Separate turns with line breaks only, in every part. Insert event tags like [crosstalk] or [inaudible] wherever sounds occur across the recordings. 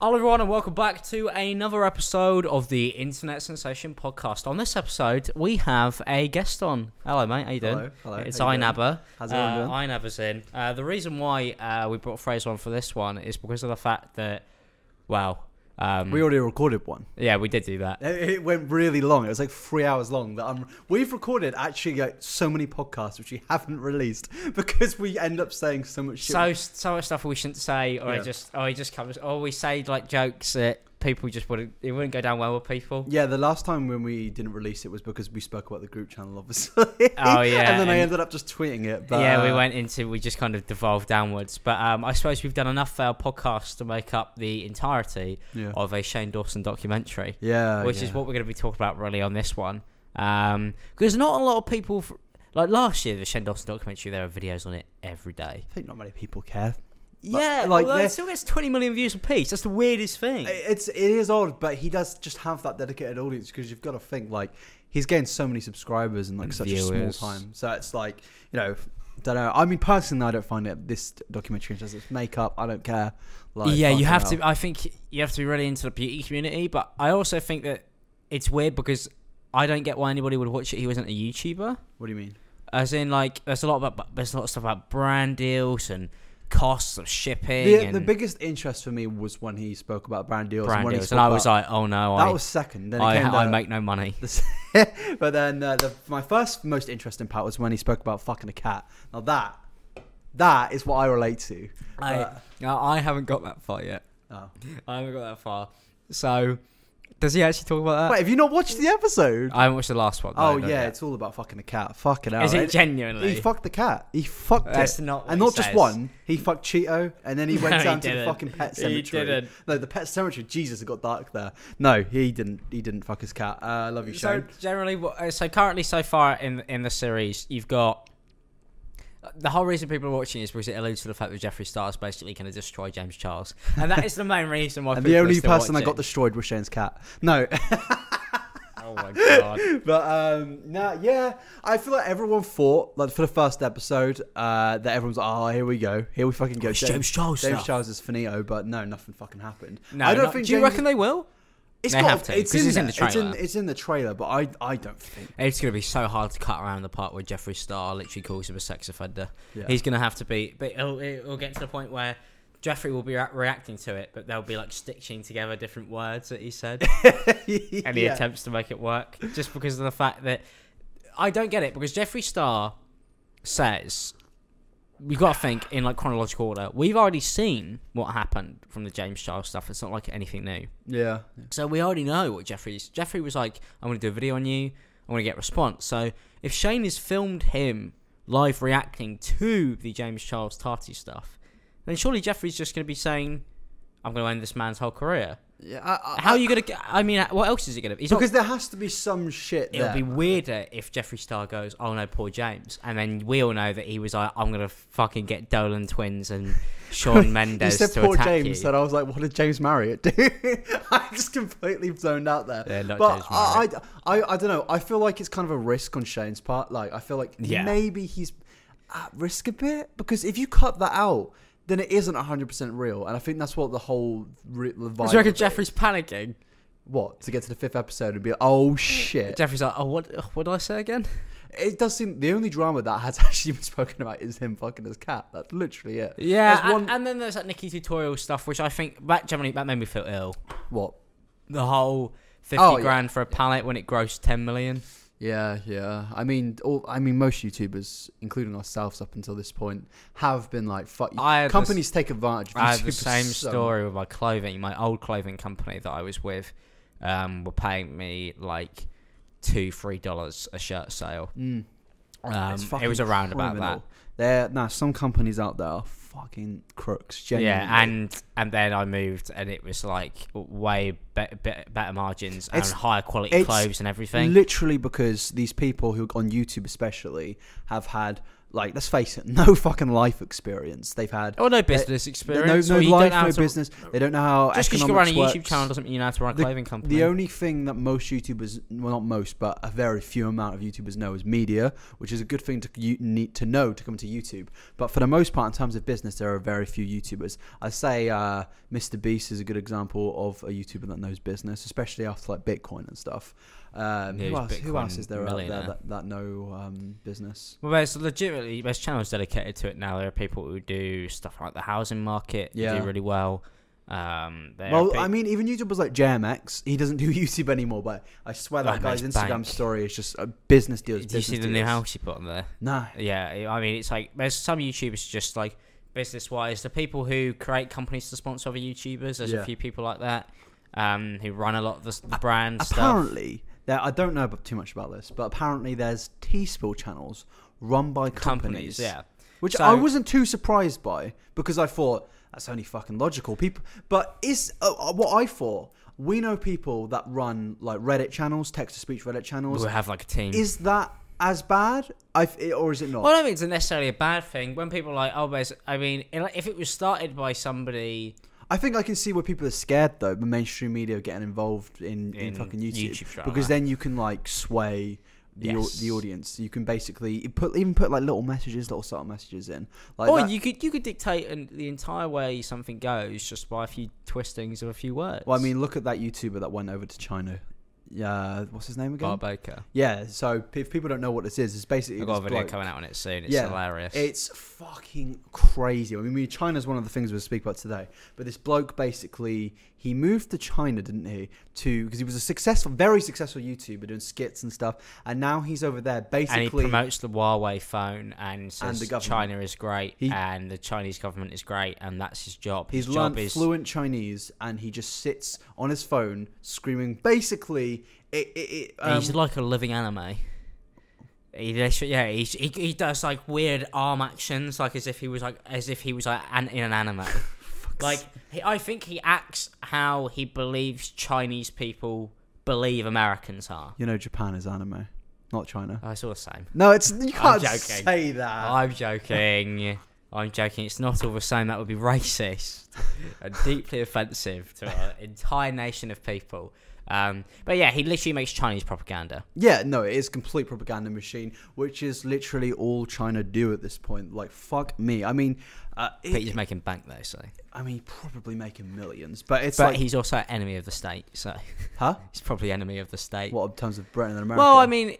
Hello, everyone, and welcome back to another episode of the Internet Sensation Podcast. On this episode, we have a guest on. Hello, mate. How you doing?
Hello, hello,
It's
how you doing?
Inaba.
How's everyone doing?
Inaba's in. Uh, the reason why uh, we brought Fraser on for this one is because of the fact that, well, um,
We already recorded one.
yeah, we did do that.
Mm. It it went really long. It was like three hours long. That I'm. We've recorded actually like so many podcasts which we haven't released [laughs] because we end up saying so much shit.
So, so much stuff we shouldn't say, or
Yeah.
it just, or it just comes, or we say like jokes that people just wouldn't, it wouldn't go down well with people.
yeah, the last time when we didn't release it was because we spoke about the group channel, obviously.
Oh, yeah,
[laughs] and then I
and-
ended up just tweeting it. But,
yeah, we went into we just kind of devolved downwards, but um, I suppose we've done enough for our podcast to make up the entirety
Yeah,
of a Shane Dawson documentary,
yeah
which
yeah.
is what we're going to be talking about really on this one. Because not a lot of people f- like last year the Shane Dawson documentary, there are videos on it every day.
I think not many people care.
Yeah,
like
like although
they're-
it still gets twenty million views apiece. That's the weirdest thing.
It's it is odd, but he does just have that dedicated audience because you've got to think like he's gained so many subscribers in like such a
Viewers.
small time. So it's like you know, don't know. I mean, personally, I don't find it this documentary does its makeup. I don't care. Like,
yeah, you
fucking
have
hell.
to. I think you have to be really into the beauty community, but I also think that it's weird because I don't get why anybody would watch it. He wasn't a YouTuber.
What do you mean?
As in, like, there's a lot about there's a lot of stuff about brand deals and costs of shipping.
The,
and
the biggest interest for me was when he spoke about brand deals.
brand
when he
deals,
spoke
and I was
about-
like, oh no,
that
I,
was second. Then it
I,
came
I
[laughs] the-
make no money.
the- but then uh, the, my first most interesting part was when he spoke about fucking a cat. Now that that is what I relate to.
I,
Uh,
I haven't got that far yet.
oh.
I haven't got that far. So, does he actually talk about that?
[laughs] Wait, have you not watched the episode?
I haven't watched the last one.
Oh
though, not
yeah,
yet.
it's all about fucking the cat. Fucking hell.
is it
And
genuinely?
he fucked the cat. He fucked
That's
it.
not what
and
he
not just
says.
one. He fucked Cheeto,
[laughs]
and then he
No,
went
he
down to the
didn't.
fucking pet
He
cemetery.
didn't.
No, the pet cemetery. Jesus, it got dark there. No, he didn't. He didn't fuck his cat. Uh, I love you,
so
Shane.
generally, what- uh, so currently, so far in in the series, you've got uh, the whole reason people are watching is because it alludes to the fact that Jeffree Star is basically going to destroy James Charles, and that is the main reason why.
and
people
the
are
only
still
person I
watching.
got destroyed was Shane's cat. No, [laughs]
Oh my god!
but um, nah, yeah. I feel like everyone thought, like for the first episode, uh, that everyone's like, oh, here we go, here we fucking go.
It's James Charles
James
stuff.
Charles is finito, but no, nothing fucking happened.
[laughs] No,
I don't
not-
think.
Do you
James-
reckon they will?
It's
They
got,
have to,
It's
'cause
in,
it's in the
there. It's
trailer.
in, it's in the trailer, but I, I don't think.
[laughs] It's going to be so hard to cut around the part where Jeffree Star literally calls him a sex offender.
Yeah.
He's going to have to be, but it'll, it'll get to the point where Jeffrey will be re- reacting to it, but they'll be like stitching together different words that he said, and he
Yeah.
attempts to make it work just because of the fact that I don't get it because Jeffree Star says we've got to think in like chronological order. We've already seen what happened from the James Charles stuff. It's not like anything new.
Yeah.
So we already know what Jeffrey's. Jeffrey was like, I'm going to do a video on you. I'm going to get a response. So if Shane has filmed him live reacting to the James Charles Tarty stuff, then surely Jeffrey's just going to be saying, I'm going to end this man's whole career.
Yeah.
[laughs]
Uh, I, I,
How are you going to. I mean, what else is it going to be? He's not-
Because there has to be some shit
It'll
there.
be weirder if Jeffree Star goes, "Oh no, poor James," and then we all know that he was like, "I'm gonna fucking get Dolan twins
[laughs]
and Sean
you
Mendes
said
to
poor
attack
James,
you."
and I was like, "What did James Marriott do?" [laughs] I just completely zoned out there.
Yeah, not
but
James
I, I, I, don't know. I feel like it's kind of a risk on Shane's part. Like, I feel like
Yeah.
maybe he's at risk a bit because if you cut that out, then it isn't hundred percent real. And I think that's what the whole re- the vibe.
Do you reckon
of it-
Jeffrey's panicking?
what to get to the fifth episode and be like, oh shit.
Jeffrey's like, "Oh, what? What did I say again?"
It does seem the only drama that has [laughs] actually been spoken about is him fucking his cat. That's literally it.
Yeah,
There's
and,
one-
and then there's that Nikki tutorial stuff, which I think that generally that made me feel ill.
what?
The whole fifty
Oh, yeah.
grand for a pallet when it grossed ten million.
Yeah, yeah. I mean, all I mean, most YouTubers, including ourselves up until this point, have been like, "Fuck."
I had the
companies take advantage. Of
I
[laughs]
had the
YouTubers
same
so
story with my clothing. My old clothing company that I was with um, were paying me like two, three dollars a shirt sale.
Mm.
Um,
It's
it was
fucking
around about that.
criminal. There, now some companies out there are fucking crooks. Genuinely.
Yeah, and and then I moved, and it was like way be- be- better margins and
It's-
higher quality
it's
clothes and everything.
Literally because these people who on YouTube especially have had like let's face it, [laughs] no fucking life experience they've had.
Or Oh, no business experience.
uh, no
or
no
you don't
life,
have
no
to-
business. They don't know how
Just because you can run
economics
a
works.
YouTube channel doesn't mean you know how to run a
The-
clothing company.
The only thing that most YouTubers, well, not most, but a very few amount of YouTubers know is media, which is a good thing to you need to know to come to YouTube. But for the most part, in terms of business, there are very few YouTubers. I say uh, Mr. Beast is a good example of a YouTuber that knows business, especially after like Bitcoin and stuff. Um,
Yeah,
who,
he's
else, who
Bitcoin
else is there out there
millionaire.
that, that know um, business?
Well, there's legitimately there's channels dedicated to it now. There are people who do stuff like the housing market. Yeah.
Yeah.
do really well. Um, there are
Well,
pe-
I mean, even YouTubers like JMX, he doesn't do [laughs] YouTube anymore. But I swear that
That
guy's
man's
Instagram
bank.
story is just a business
do
deals.
you
business
see the
deals.
new house he put on there?
Nah,
Yeah, I- I mean, it's like there's some YouTubers just like business wise, the people who create companies to sponsor other YouTubers. There's
Yeah.
a few people like that um, who run a lot of the, s- the brand stuff.
apparently there i don't know about too much about this but apparently there's teaspill channels run by companies,
Companies, yeah.
which
So-
i wasn't too surprised by because i thought that's only fucking logical people but is uh, uh, what i thought we know people that run like reddit channels text to speech reddit channels
We'll have like a team.
is that as bad I f- or is it not
Well, I don't think it's necessarily a bad thing. When people are like, oh, there's, I mean, it- like, if it was started by somebody
I think I can see where people are scared though, the mainstream media getting involved in, in,
In
fucking YouTube,
YouTube drama.
because then you can like sway the au-
Yes.
the audience. You can basically put even put like little messages, little subtle messages in. Like
or
that-
you could you could dictate an, the entire way something goes just by a few twistings of a few words.
well, I mean, look at that YouTuber that went over to China. Yeah, what's his name again?
Bart Baker.
Yeah. So if people don't know what this is, it's basically
I've got a
this
video
bloke-
coming out on it soon. It's
Yeah,
hilarious.
It's fucking crazy. I mean, China's one of the things we'll speak about today. But this bloke basically, he moved to China, didn't he? To because he was a successful, very successful YouTuber doing skits and stuff, and now he's over there
and he
basically.
promotes the Huawei phone and says
the government.
China is great
He-
and the Chinese government is great and that's his job.
He's
his
learned
job is
fluent Chinese, and he just sits on his phone screaming. Basically, it. it, it um,
he's like a living anime. He literally- yeah, he's, he he does like weird arm actions, like as if he was like as if he was like an, in an
[laughs]
anime. like he, I think he acts how he believes Chinese people believe Americans are.
you know, Japan is anime, not China.
Oh, it's all the same.
No, it's you can't
joking.
say that.
I'm joking. I'm joking. It's not all the same. That would be racist and deeply offensive to an entire nation of people. Um, but yeah, he literally makes Chinese propaganda.
Yeah, no, it is complete propaganda machine, which is literally all China do at this point. Like, fuck me. I mean, uh,
But
it,
he's making bank though, so.
I mean, probably making millions, but it's
But
like,
he's also enemy of the state, so [laughs]
huh?
he's probably enemy of the state.
What in terms of Britain and America?
well, I mean,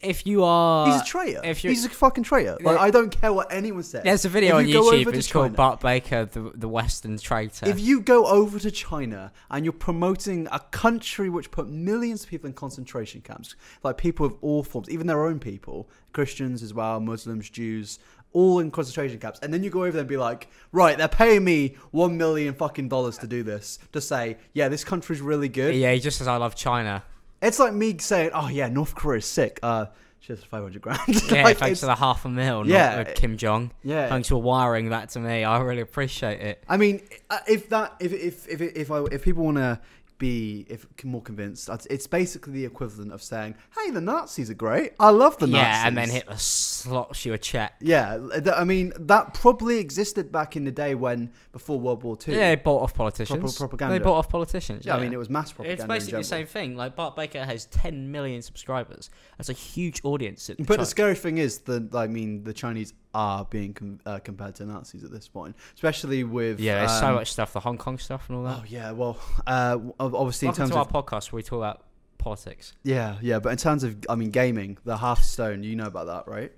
if you are,
he's a traitor.
if you're-
he's a fucking traitor. Like,
Yeah.
I don't care what anyone says.
there's a video on
If you go over
YouTube.
to
It's called
China-
Bart Baker, the the Western traitor.
If you go over to China and you're promoting a country which put millions of people in concentration camps, like people of all forms, even their own people, Christians as well, Muslims, Jews, all in concentration camps, and then you go over there and be like, right, they're paying me one million fucking dollars to do this, to say, yeah, this country's really good.
yeah, he just says I love China.
It's like me saying, oh yeah, North Korea's sick. Uh, cheers for five hundred grand. [laughs]
Yeah,
[laughs] Like,
thanks
it's-
for the half a mil.
Yeah,
Yeah,
it-
Kim Jong.
yeah.
thanks for wiring that to me. I really appreciate it.
I mean, uh, if that, if if if if, I, if people want to be if more convinced, it's- it's basically the equivalent of saying, "Hey, the Nazis are great. I love the
yeah,
Nazis."
and then Hitler slops you a check.
Yeah, th- I mean that probably existed back in the day when before World War Two.
Yeah, they bought off politicians.
Proper propaganda.
They bought off politicians.
Yeah,
Yeah,
I mean it was mass propaganda.
It's
in
basically the
general.
same thing. Like Bart Baker has 10 million subscribers. That's a huge audience. at
But the
Chi-
scary thing is that I mean the Chinese are being com- uh, compared to Nazis at this point, especially with
yeah, there's so
um,
much stuff. The Hong Kong stuff and all that.
Oh yeah, well, uh, ob- obviously in
Welcome
terms
to
of
our podcast where we talk about politics.
yeah, yeah, but in terms of I mean gaming, the Hearthstone, you know about that, right?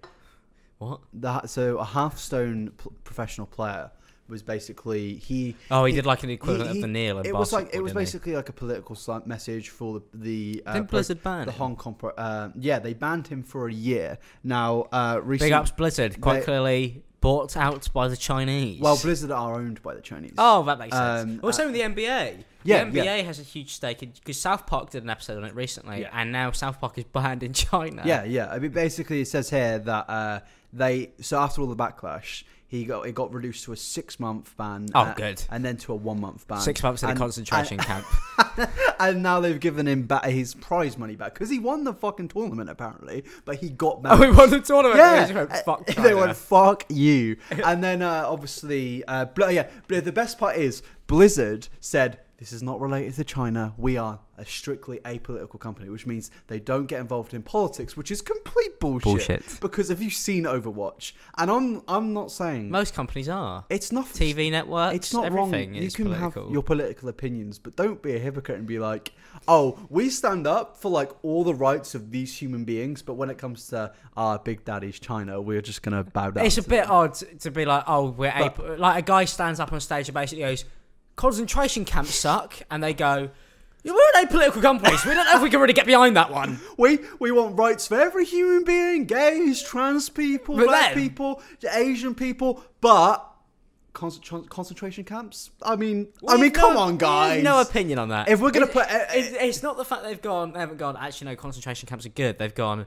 What?
that so a Hearthstone pl- professional player was basically he
Oh, he, did like an equivalent
he-
of the Neil in
it was like it
basketball,
was
didn't he?
basically like a political si- message for the the, uh,
Didn't
pro-
Blizzard ban
the
him?
Hong Kong pro- uh, yeah they banned him for a year now uh recent,
Big ups Blizzard, quite
they-
clearly bought out by the Chinese.
well Blizzard are owned by the Chinese
Oh, that makes sense.
Um,
well, same with the NBA.
Yeah,
the NBA has a huge stake in because South Park did an episode on it recently,
Yeah.
and now South Park is banned in China.
yeah yeah I mean basically it says here that uh they so after all the backlash he got it got reduced to a six month ban
Oh,
uh,
good.
and then to a one month ban
six months in
And-
a
[laughs]
concentration camp.
and now they've given him back his prize money back because he won the fucking tournament apparently, but he got back.
Oh, [laughs] we won the tournament.
Yeah,
They just
[laughs]
went, fuck
they
China.
went fuck you. and then uh, obviously, uh, Bl- yeah. But the best part is Blizzard said this is not related to China. We are a strictly apolitical company, which means they don't get involved in politics, which is complete bullshit.
Bullshit.
Because have you seen Overwatch? And I'm I'm not saying
Most companies are.
it's not
TV networks,
it's not
everything
wrong. You
is
can
political.
have your political opinions, but don't be a hypocrite and be like, "Oh, we stand up for like all the rights of these human beings, but when it comes to our big daddy's China, we're just gonna bow down."
It's a
to
bit
them."
odd to be like, oh, we're
But-
ap- like a guy stands up on stage and basically goes, concentration camps suck, and they go, "Yeah, we're an apolitical company, so we don't know if we can really get behind that one.
We we want rights for every human being: gays, trans people,
But
black
then-
people, Asian people, but. concent- Concentration camps. I mean, [laughs] I mean,
We've
come
no-
on, guys.
we've No opinion on that.
If we're gonna
It-
put- uh,
it- it's not the fact they've gone. They haven't gone. Actually, no. Concentration camps are good. They've gone.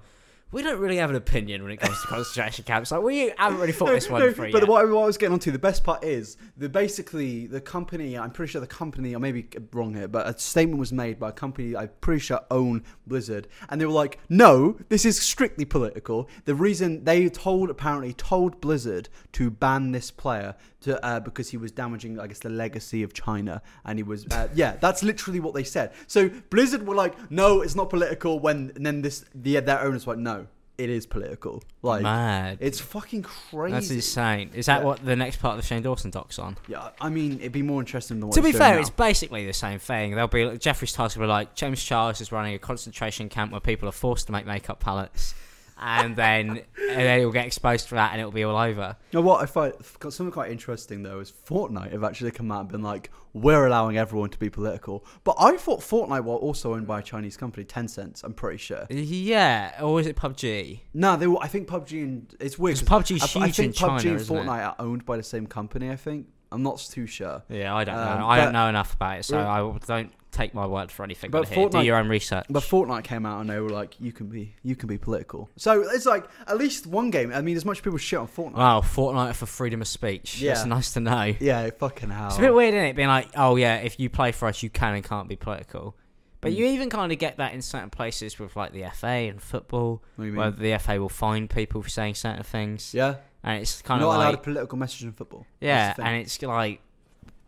We don't really have an opinion when it comes to [laughs] concentration camps. Like we haven't really thought this one
[laughs] No,
through.
But
yet.
what I, what I was getting onto, the best part is the basically the company. I'm pretty sure the company, I may be wrong here, but a statement was made by a company I'm pretty sure own Blizzard, and they were like, "No, this is strictly political." The reason they told apparently told Blizzard to ban this player to uh, because he was damaging, I guess, the legacy of China, and he was uh, [laughs] yeah, that's literally what they said. So Blizzard were like, "No, it's not political." When and then this the their owners were like, "No." It is political. Like
Mad.
it's fucking crazy.
That's insane. Is that
Yeah.
what the next part of the Shane Dawson doc's on?
Yeah, I mean, it'd be more interesting than what
to be
it's
fair,
doing
it's
now.
basically the same thing. There'll be like, Jeffrey's task will be like James Charles is running a concentration camp where people are forced to make makeup palettes, and then [laughs] and then he'll get exposed for that, and it'll be all over.
You know what? If I got something quite interesting though is Fortnite have actually come out and been like, we're allowing everyone to be political. But I thought Fortnite were also owned by a Chinese company, Tencent. I'm pretty sure.
Yeah, or is it PUBG?
No, they were. I think PUBG and it's weird.
'Cause
'cause
PUBG's
I, I
huge
think
in China,
PUBG and
isn't it?
Fortnite are owned by the same company. I think. I'm not too sure.
Yeah, I don't
Um,
know. I
but-
don't know enough about it, so
Yeah.
I will- don't take my word for anything.
But
But here. do
Fortnite-
your own research.
But Fortnite came out and they were like, you can be, you can be political. So it's like at least one game. I mean, as much people shit on Fortnite.
wow, Oh, Fortnite for freedom of speech.
Yeah.
It's nice to know.
yeah, fucking hell.
It's a bit weird, isn't it? Being like, oh yeah, if you play for us, you can and can't be political.
Mm.
But you even kind of get that in certain places with like the FA and football,
What do you mean?
where the FA will fine people for saying certain things,
yeah,
and it's
you're
kind
not
of
allowed a
like,
political message in football. That's the
yeah,
thing.
and it's like,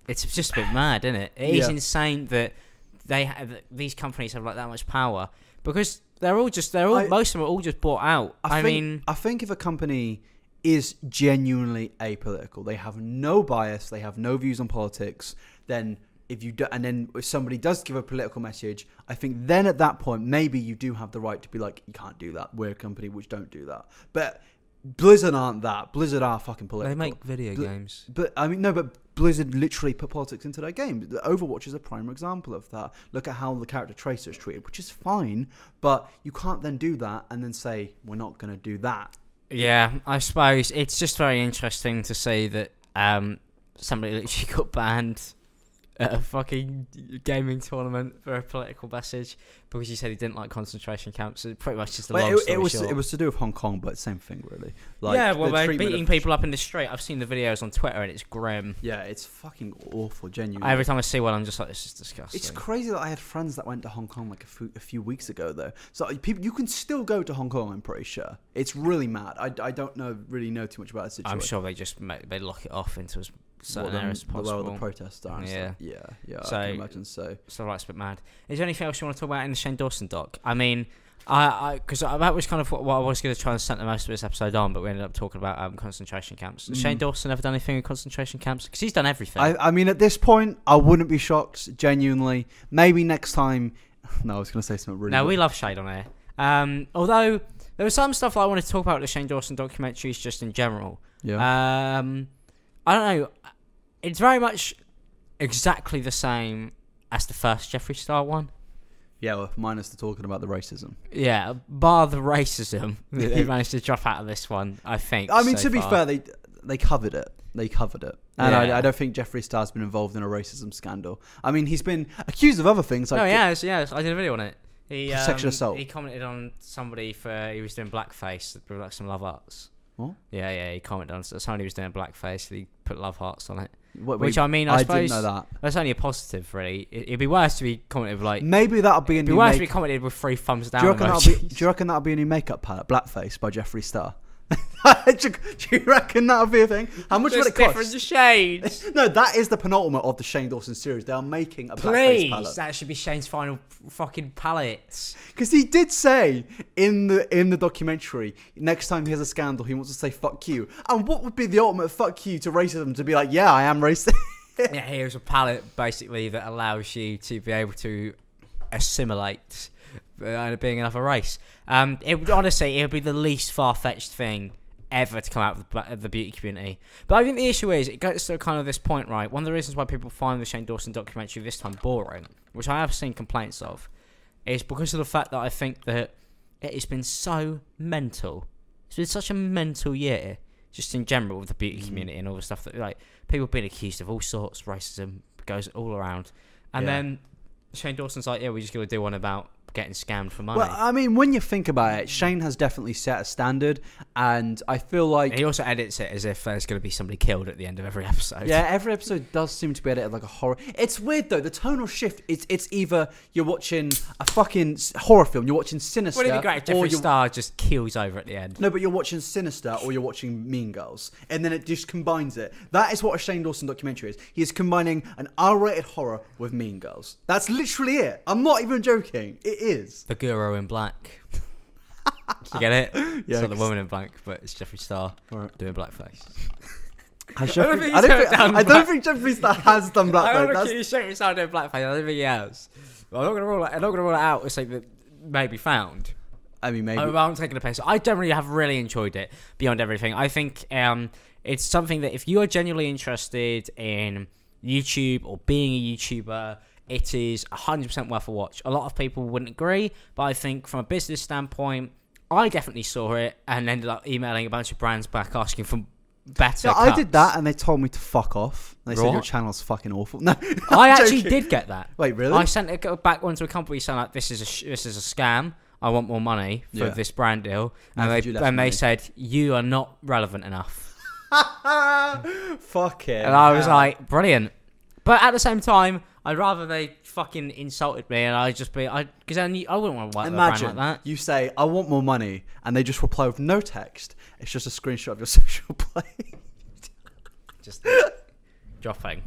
it's just a bit mad, isn't it? It is
Yeah.
insane that they have that these companies have like that much power because they're all just they're all
I-
most of them are all just bought out. I,
think,
mean,
I think if a company is genuinely apolitical, they have no bias, they have no views on politics, then if you do, and then if somebody does give a political message, I think then at that point maybe you do have the right to be like, you can't do that. We're a company which don't do that. But Blizzard aren't that. Blizzard are fucking
they
political.
make video
Bl-
games.
But I mean, no, but Blizzard literally put politics into their game. The Overwatch is a prime example of that. Look at how the character Tracer is treated, which is fine, but you can't then do that and then say, we're not going to do that.
Yeah, I suppose it's just very interesting to see that um, somebody literally [laughs] got banned at a fucking gaming tournament for a political message because he said he didn't like concentration camps. It's pretty much just a
Well,
long
it,
story
it was
short.
it was to do with Hong Kong, but same thing really.
yeah, well,
the
they're
treatment
beating
of-
people up in the street. I've seen the videos on Twitter and it's grim.
Yeah, it's fucking awful. Genuinely,
Every time I see one, I'm just like, this is disgusting.
It's crazy that I had friends that went to Hong Kong like a few, a few weeks ago, though. So uh, people, you can still go to Hong Kong. I'm pretty sure. It's really mad. I, I don't know really know too much about the situation.
I'm sure they just make, they lock it off into as
Well,
certain
then,
areas as
well,
possible.
the protests are. and stuff. yeah, yeah. I
So-
can imagine so.
So that's a bit mad. Is there anything else you want to talk about in the Shane Dawson doc? I mean, I because that was kind of what, what I was going to try and center most of this episode on, but we ended up talking about um, concentration camps. Has Shane
Mm.
Dawson ever done anything in concentration camps? Because he's done everything.
I, I mean, at this point, I wouldn't be shocked. Genuinely, maybe next time. [laughs] No, I was going to say something really.
no, we
weird.
love Shane on here. Um, although there was some stuff I want to talk about with the Shane Dawson documentaries just in general.
Yeah.
Um, I don't know. It's very much exactly the same as the first Jeffree Star one.
yeah. Well, minus the talking about the racism.
Yeah, bar the racism [laughs] that they managed to drop out of this one, I think.
I mean,
so
to be
far.
fair, they they covered it. They covered it, and I,
Yeah.
I don't think Jeffree Star's been involved in a racism scandal. I mean, he's been accused of other things. Like
no, Oh, yeah, it's- yeah, it's- I did a video on it. He,
Sexual
um,
assault.
He commented on somebody for he was doing blackface with like some love arts.
What?
Yeah, yeah, he commented on somebody was doing blackface. He put love hearts on it,
What-
which
we-
I mean, I,
didn't
suppose
know that.
that's only a positive, really. It, it'd be worse if he commented with like,
Maybe that'll be a
it'd be
new.
worse if
make-
he commented with three thumbs down.
do, you reckon that'll be,
emojis.
do you reckon that'll be a new makeup palette? Blackface by Jeffree Star. [laughs] do, you- do you reckon that'll be a thing? How much
There's
will it cost?
different shades.
No, that is the penultimate of the Shane Dawson series. They are making a blackface
Please,
palette
that should be Shane's final fucking
[laughs]
palette.
because he did say in the in the documentary next time he has a scandal he wants to say fuck you. And what would be the ultimate fuck you to racism to be like, yeah, I am racist.
yeah, here's a palette basically that allows you to be able to assimilate uh, being another race. Um, it would honestly, it would be the least far fetched thing ever to come out of the, bu- of the beauty community. But I think the issue is it gets to kind of this point, right? One of the reasons why people find the Shane Dawson documentary this time boring, which I have seen complaints of, is because of the fact that I think that it has been so mental. It's been such a mental year, just in general, with the beauty community and all the stuff that like people being accused of all sorts, racism goes all around. And
Yeah.
then Shane Dawson's like, yeah, we're just gonna do one about getting scammed for money.
well, I mean, when you think about it, Shane has definitely set a standard, and I feel like
he also edits it as if there's gonna be somebody killed at the end of every episode. [laughs]
Yeah, every episode does seem to be edited like a horror. It's weird though. The tonal shift. It's it's either you're watching a fucking s- horror film, you're watching Sinister,
Wouldn't it be great if
or
Jeffree
you're
Star just keels over at the end?
no, but you're watching Sinister or you're watching Mean Girls, and then it just combines it. That is what a Shane Dawson documentary is. He is combining an R-rated horror with Mean Girls. That's literally it. I'm not even joking. It is.
The Guru in
[laughs]
Black. you get it? it's not the
Yikes.
woman in black, but it's Jeffree Star
Alright.
doing
[laughs]
blackface.
I
don't think he's
I don't
ever
think-
done
I
black-
don't think Jeffree Star has
[laughs]
done
I don't
black. though.
know
That's-
if you showed yourself doing blackface. I don't think he has. But I'm not gonna rule. It, I'm not gonna rule it out as something that may be found.
I mean, maybe.
I, Oh, I'm taking a piss. I generally have really enjoyed it beyond everything. I think um, it's something that if you are genuinely interested in YouTube or being a YouTuber, it is 100% worth a watch. A lot of people wouldn't agree, but I think from a business standpoint, I definitely saw it and ended up emailing a bunch of brands back asking for better.
Yeah, I
cuts.
did that, and they told me to fuck off. They said
Right.
your channel's fucking awful. [laughs] No,
I
I'm
actually
joking.
did get that.
Wait, really?
I sent it go- back onto a company saying like, "This is a sh- this is a scam. I want more money for
Yeah.
this brand deal,"
And
and
did
they and
you left
they
money?
said, "You are not relevant enough."
Fuck it.
And I was like, "Brilliant," but at the same time, I'd rather they fucking insulted me and I just be I because I, knew- I wouldn't want to work with a
imagine
brand like that.
you say, I want more money, and they just reply with no text. It's just a screenshot of your [laughs] social play. [laughs]
Just dropping.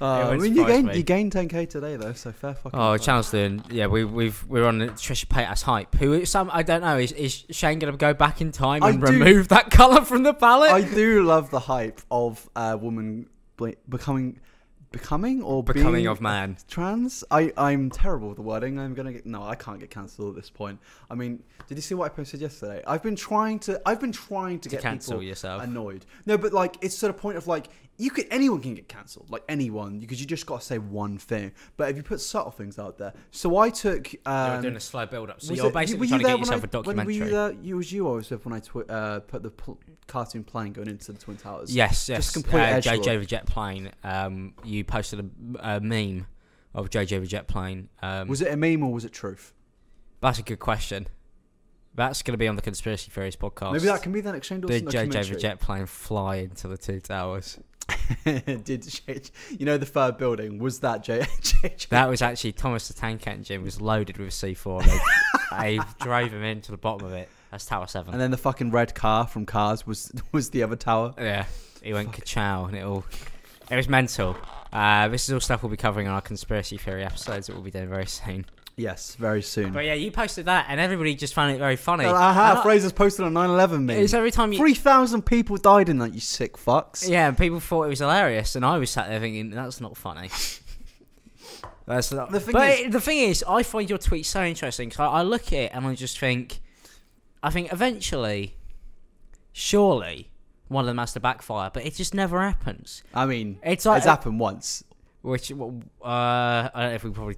I
wouldn't
mean, you
surprise
gained,
me.
you gained 10k today, though, so fair fucking.
Oh,
play.
channel's doing. Yeah, we, we've we're on the Trisha Paytas hype. Who is some? I don't know. Is, is Shane gonna go back in time
I
and
do-
remove that [laughs] color from the palette?
I do love the hype of a woman bla- becoming. Becoming or
Becoming
being
of man.
trans? I I'm terrible with the wording. I'm gonna get no. I can't get cancelled at this point. I mean, did you see what I posted yesterday? I've been trying to. I've been trying to, get
cancel
people
yourself.
annoyed. No, but like it's to the point of like you could anyone can get cancelled, like anyone, because you just gotta say one thing. But if you put subtle things out there, so I took.
They were
Um,
doing a slow build up, so
was
you're
it-
basically
were you
trying to
there
get
when
yourself
I-
a
when
documentary.
Were you uh, there? You was you or was it when I tw- uh, put the pl- cartoon plane going into the twin towers?
yes, yes.
Just complete
uh,
edge
JJ the Jet Plane. Um, you posted a, a meme of JJ the Jet Plane. Um,
Was it a meme or was it truth?
that's a good question. That's going to be on the conspiracy theories podcast.
Maybe that can be the next Shane
Did
Dawson
JJ Oh, the
documentary.
Jet Plane fly into the two towers?
[laughs] did J- you know the third building was that J- [laughs] JJ?
That was actually Thomas the Tank Engine was loaded with C4.
[laughs]
They, they drove him into the bottom of it. That's Tower Seven.
And then the fucking red car from Cars was [laughs] was the other tower.
Yeah, he went ka-chow and it all. It was mental. Uh, this is all stuff we'll be covering on our conspiracy theory episodes that we'll be doing very soon.
Yes, very soon.
But yeah, you posted that and everybody just found it very funny.
Well, aha,
And I-
Fraser's posted on 9/11 meme.
It's every time you.
Three thousand people died in that. You sick fucks.
Yeah, and people thought it was hilarious, and I was sat there thinking, that's not
[laughs]
funny. that's not.
The thing
but
is-
it- the thing is, I find your tweet so interesting 'cause I, I look at it and I just think, I think eventually, surely, one of them has to backfire, but it just never happens.
I mean,
It's like uh,
it's happened once.
Which well, uh, I don't know if we probably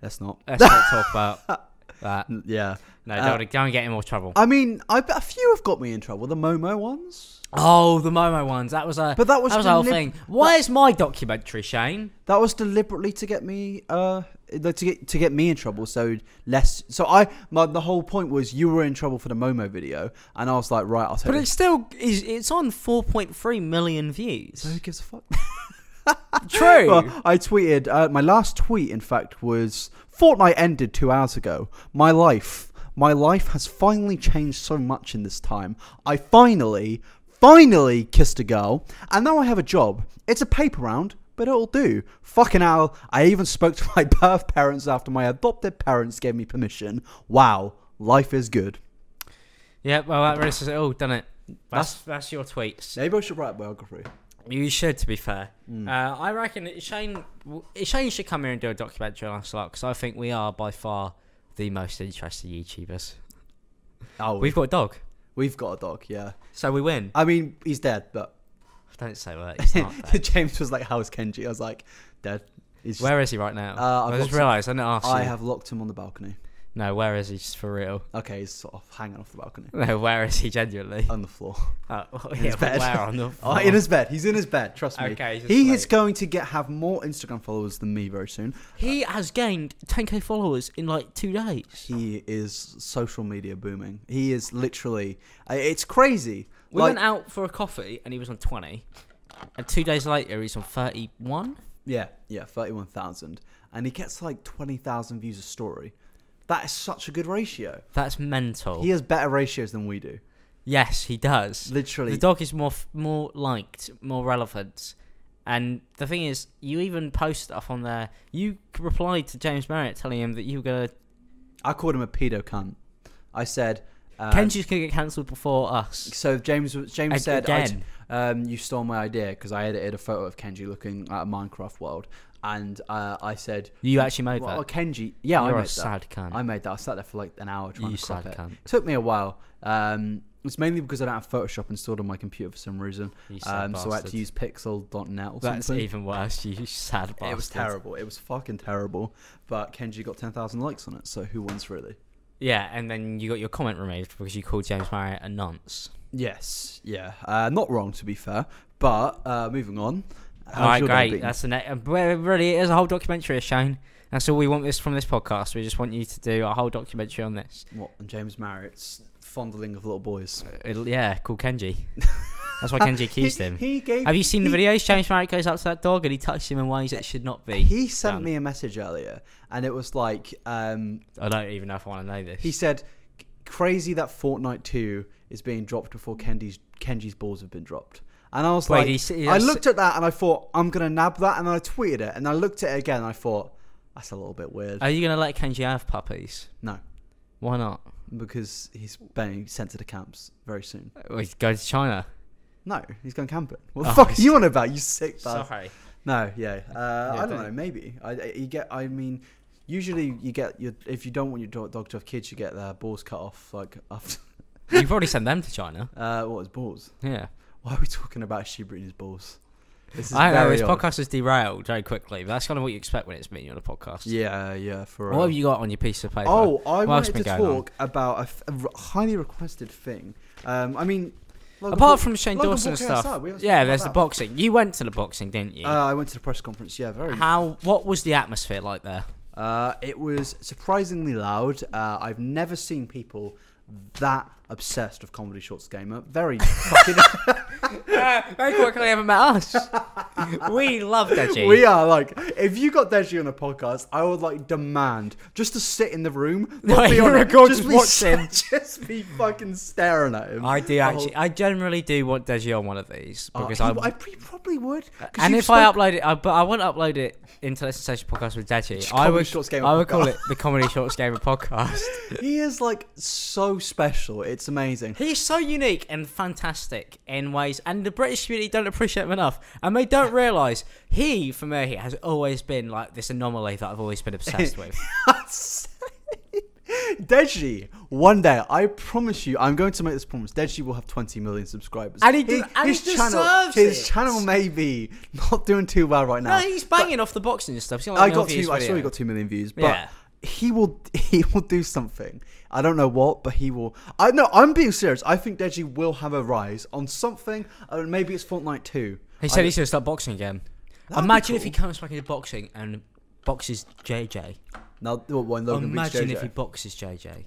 That's not.
let's not [laughs] talk about that.
Yeah.
No,
Uh,
don't, wanna- don't get in more trouble.
I mean, I bet a few have got me in trouble. The Momo ones.
oh, the Momo ones. That was a.
But that was
that was a whole
delib-
thing. Why is my documentary, Shane?
That was deliberately to get me uh, like to get to get me in trouble. So less. So I my the whole point was you were in trouble for the Momo video, and I was like, right, I'll take.
But
it.
it still is. It's on 4.3 million views.
So who gives a fuck?
[laughs] True. [laughs]
Well, I tweeted. Uh, my last tweet, in fact, was Fortnite ended two hours ago. My life, my life has finally changed so much in this time. I finally, finally kissed a girl, and now I have a job. It's a paper round. But it'll do. Fucking hell. I even spoke to my [laughs] birth parents after my adopted parents gave me permission. Wow. Life is good.
yeah. Well, that really says it all, done it? That's that's your tweets.
Maybe I should write a biography.
You should, to be fair. Uh, I reckon that Shane w- Shane should come here and do a documentary on us a lot because I think we are by far the most interesting YouTubers.
Oh,
We've
we've,
got a dog,
we've got a dog, yeah.
so we win.
I mean, he's dead, but
Don't say that. It's
[laughs]
not fair.
James was like, "How's Kenji?" I was like, "Dead." He's
Where is he right now?
Uh, I've
I
looked-
just realised I didn't ask
I
you.
have locked him on the balcony.
No, where is he? Just for real. [laughs]
Okay, he's sort of hanging off the balcony
No, where is he genuinely?
on the floor,
[laughs] Oh, well,
Um, in
yeah,
his
but
bed.
where on the
[laughs] Oh, in his bed. He's in his bed. Trust me.
Okay, he's
he is
asleep.
going to get have more Instagram followers than me very soon.
He has gained 10k followers in like two days.
He is social media booming. He is literally. I- It's crazy.
We
like,
went out for a coffee and he was on 20. And two days later, he's on 31.
yeah, yeah, thirty-one thousand, and he gets like twenty thousand views a story. That is such a good ratio.
That's mental.
He has better ratios than we do.
yes, he does.
Literally,
The dog is more f- more liked, more relevant. And the thing is, you even post stuff on there. You replied to James Merritt telling him that you were going to.
I called him a pedo cunt. I said, um,
Kenji's going to get cancelled before us.
So James was- James
Ag-
said, I t-
again.
um, "You stole my idea because I edited a photo of Kenji looking at a Minecraft world." And uh, I said,
You actually made
well,
that.
Kenji, yeah, I
You're
made
a
that.
sad cunt.
I made that. I sat there for like an hour trying
You
to crop
sad
it.
cunt.
Took me a while. Um, it's mainly because I don't have Photoshop installed on my computer for some reason.
You sad
Um, so I had
bastard.
to use Pixel.net or
That's
something.
even worse. You [laughs] sad bastard.
It was terrible. It was fucking terrible. But Kenji got ten thousand likes on it. So who wins really?
Yeah, and then you got your comment removed because you called James Marriott a nonce.
Yes, yeah. Uh, not wrong, to be fair. But uh, moving on. How's
All right,
your day
great.
been?
That's the next. Really, it is a whole documentary, Shane. That's all we want this from this podcast. We just want you to do a whole documentary on this.
What, and James Marriott's fondling of little boys.
It'll, yeah, called Kenji. That's
[laughs]
why Kenji accused him.
He gave.
Have you seen the
he-
videos? James Marriott goes up to that dog and he touches him in ways that should not be.
He sent
done.
me a message earlier, and it was like, um,
I don't even know if I want to know this.
he said, "Crazy that Fortnite 2 is being dropped before Kenji's Kenji's balls have been dropped." And I was
Wait,
like,
he s- he
I
has-
looked at that and I thought, I'm gonna nab that, and then I tweeted it, and I looked at it again, and I thought, that's a little bit weird.
Are you going to let Kenji have puppies?
no,
Why not?
because he's being sent to the camps very soon.
Well, he'd go to China.
No, he's going camping. What the
Oh,
fuck are
he's-
you on about? You sick bastard.
Sorry.
No, yeah. Uh, I don't
don't-
know. Maybe I, I- you get. I mean, usually you get your if you don't want your dog, dog to have kids, you get their balls cut off. Like [laughs] after
you probably send them to
[laughs]
China.
uh, what is balls?
Yeah.
Why are we talking about she breeding his balls? This
I know this
odd.
podcast is derailed very quickly, but that's kind of what you expect when it's me on a podcast.
Yeah, yeah. For
What
real.
have you got on your piece of paper?
Oh, I
What else
wanted to
been going on?
talk about a f- a r- highly requested thing. Um, I mean, Logan Paul-
Apart from Shane
Logan
Dawson and
Paul
stuff.
KSI, we haven't
yeah,
spoken
there's the
about
boxing. You went to the boxing, didn't you?
that. Uh, I went to the press conference. Yeah, very.
How? What was the atmosphere like
[laughs]
there?
Uh, it was surprisingly loud. Uh, I've never seen people that obsessed with comedy shorts gamer.
[laughs]
Very fucking.
very quickly, ever met us. [laughs] we love Deji.
we are like, if you got Deji on a podcast, I would like demand just to sit in the room,
No,
not be
you
on it,
record, just
be [laughs]
watch him.
just be fucking staring at him.
I do
The
actually.
whole-
I generally do want Deji on one of these
Uh,
because
he-
I.
I pre- probably would. 'cause
and
you've
if I
spoke-
upload it, I, but I won't upload it into the Sensation Podcast with Deji. I
Comedy
would.
Shorts Gamer
I would call
podcast.
it the Comedy Shorts Gamer
[laughs]
Podcast.
he is like so special. It's amazing.
He's so unique and fantastic in ways, and the British community don't appreciate him enough, and they don't realise he, for me, has always been like this anomaly that I've always been obsessed
[laughs]
with.
Deji, one day, I promise you, I'm going to make this promise. Deji will have 20 million subscribers.
And he de- and he
channel,
deserves
his
it.
channel may be not doing too well right
no,
now.
he's banging off the boxing and stuff. He's
I
like
got
Melville's
two. I saw
video.
he got two million views, but
Yeah.
he will [laughs] he will do something. I don't know what, but he will. I no, I'm being serious. I think Deji will have a rise on something. Uh, maybe it's Fortnite 2.
He
I
said he's going to start boxing again.
That'd be
Imagine if
cool.
he comes back into boxing and boxes JJ.
Now, well, when Logan
Imagine
beats JJ,
if he boxes JJ.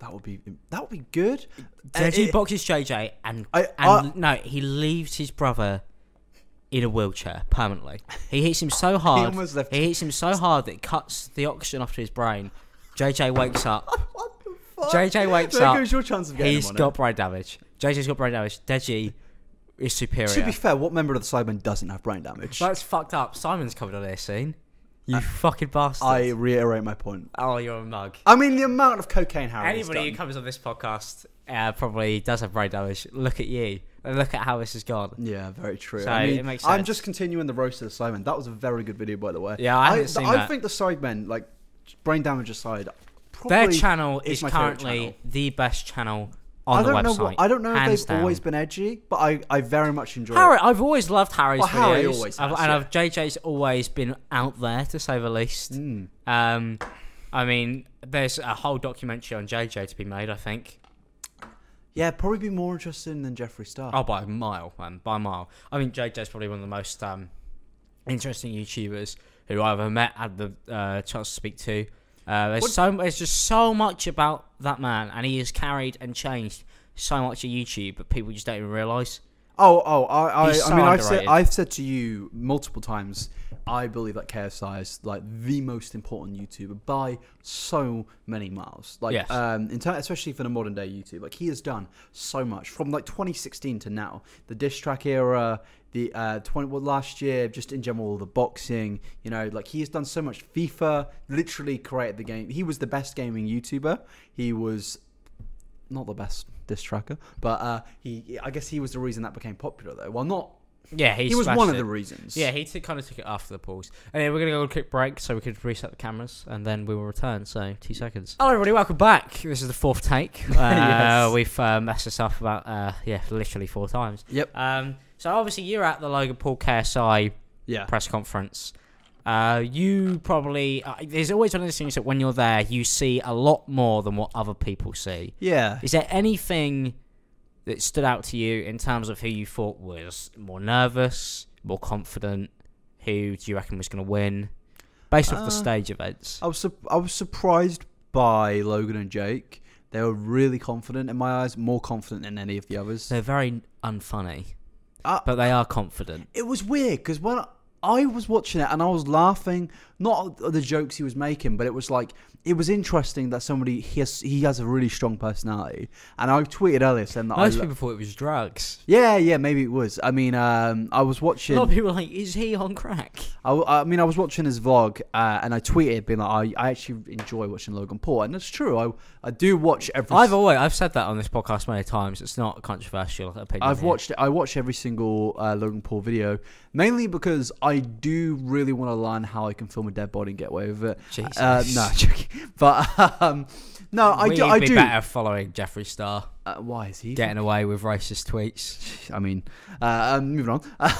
that would be that would be good.
JJ
Uh, it-
boxes JJ, and,
I-
and no, he leaves his brother in a wheelchair permanently. He hits him
[laughs]
so hard.
almost left-
he hits him so hard that it cuts the oxygen off to his brain. JJ wakes
[laughs]
up.
What the fuck?
JJ wakes
there
up.
goes your chance of getting
He's
him on
got
it.
brain damage. JJ's got brain damage. Deji is superior.
To be fair, what member of the Cybermen doesn't have brain damage?
That's fucked up. Simon's covered on this scene. You fucking bastard.
Uh, I reiterate my point.
oh, you're a
[laughs]
mug.
I mean, the amount of cocaine Harry
Anybody
Anybody
who comes on this podcast uh, probably does have brain damage. Look at you. And Look at how this has gone.
Yeah, very true.
So,
I mean,
it makes
I'm
sense.
just continuing the roast of the Cybermen. That was a very good video, by the way.
Yeah, I haven't seen
I
that.
think the Cybermen, like brain damage aside, probably
Their channel
is
is
my favourite
currently
channel.
the best channel on
I
the
don't know.
website.
What, I don't know if
hands
they've
down.
always been edgy, but I, I very much enjoy.
Harry, I've always loved Harry's
Well, Harry
videos,
always
I've-
has,
and
yeah.
I've, JJ's always been out there to say the least.
Hmm.
Um, I mean, there's a whole documentary on JJ to be made. I think.
Yeah, probably be more interesting than Jeffree Star.
Oh, by a mile, man, by a mile. I mean, JJ's probably one of the most um, interesting YouTubers who I've ever met, had the uh, chance to speak to. Uh, there's
What-
so there's just so much about that man, and he has carried and changed so much of YouTube, but people just don't even realise.
Oh, oh, I, I,
He's so
I mean, I've said,
underrated.
I've said to you multiple times, I believe that KSI is like the most important YouTuber by so many miles. Like,
Yes.
um, in ter- especially for the modern day YouTube, like he has done so much from like 2016 to now, the diss track era, the uh, 20 well, last year, just in general, the boxing. You know, like he has done so much. FIFA literally created the game. He was the best gaming YouTuber. He was not the best diss tracker, but uh, he I guess he was the reason that became popular though. Well, not
Yeah, he,
he, was
smashed
one of
it.
the reasons.
Yeah, he took, kind of took it after the pause. Anyway, we're going to go on a quick break so we could reset the cameras and then we will return. So, two seconds. Hello, everybody. Welcome back. This is the fourth take. [laughs] Uh,
Yes.
We've uh, messed this up about, uh, yeah, literally four times.
Yep.
Um, so, obviously, you're at the Logan Paul KSI
Yeah.
press conference. Uh, you probably, uh, there's always one of those things that when you're there, you see a lot more than what other people see.
Yeah.
Is there anything that stood out to you in terms of who you thought was more nervous, more confident? Who do you reckon was going to win based off
Uh,
the stage events?
I was su- I was surprised by Logan and Jake. They were really confident in my eyes, more confident than any of the others.
They're very unfunny,
Uh,
but they are confident.
it was weird because when I was watching it and I was laughing, not at the jokes he was making, but it was like it was interesting that somebody he has he has a really strong personality. And I tweeted earlier saying that I
Most
lo-
people thought it was drugs.
yeah, yeah, maybe it was. I mean, um, I was
A
watching.
lot of people were like, "Is he on crack?"
I, w- I mean, I was watching his vlog uh, and I tweeted being like, I, I actually enjoy watching Logan Paul, and it's true. I I do watch every.
I've always I've said that on this podcast many times. It's not a controversial opinion.
I've
here.
watched I watch every single uh, Logan Paul video mainly because I do really want to learn how I can film a dead body and get away with it.
Jesus.
Uh, no, joking. [laughs] But um, no, I
We'd
do. I
be
do.
better following Jeffree Star
Uh, why is he?
getting away with racist tweets.
I mean, uh, um, moving on. [laughs]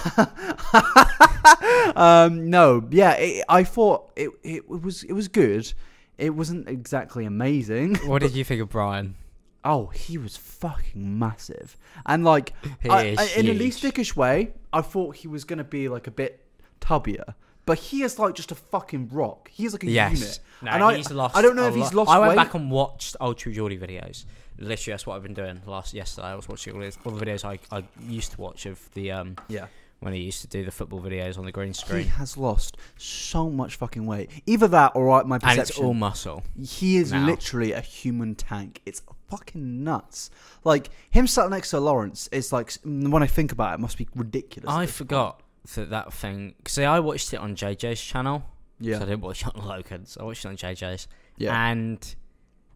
um, no, yeah, it, I thought it, it was it was good. It wasn't exactly amazing. [laughs]
What did you think of Brian?
Oh, he was fucking massive, and like
He
I-
is
I- in a Lee
huge.
Stickish way, I thought he was gonna be like a bit tubbier, but he is like just a fucking rock. He is like a unit,
Yes. No,
and I,
he's lost.
I don't know
a
if he's
lo-
lost
I went
weight.
back and watched old True Geordie videos. Literally, that's what I've been doing. Last yesterday, I was watching all, his, all the videos I, I used to watch of the um
yeah,
when he used to do the football videos on the green
he [laughs]
screen,
has lost so much fucking weight. Either that, or I- my
and it's all
perception.
muscle.
he is
now.
literally a human tank. It's fucking nuts. Like him sat next to Lawrence is like s- when I think about it, it must be ridiculous.
I forgot that that thing. See, I watched it on JJ's channel.
Yeah.
So I didn't watch it on [laughs] Logan's. I watched it on JJ's.
yeah,
And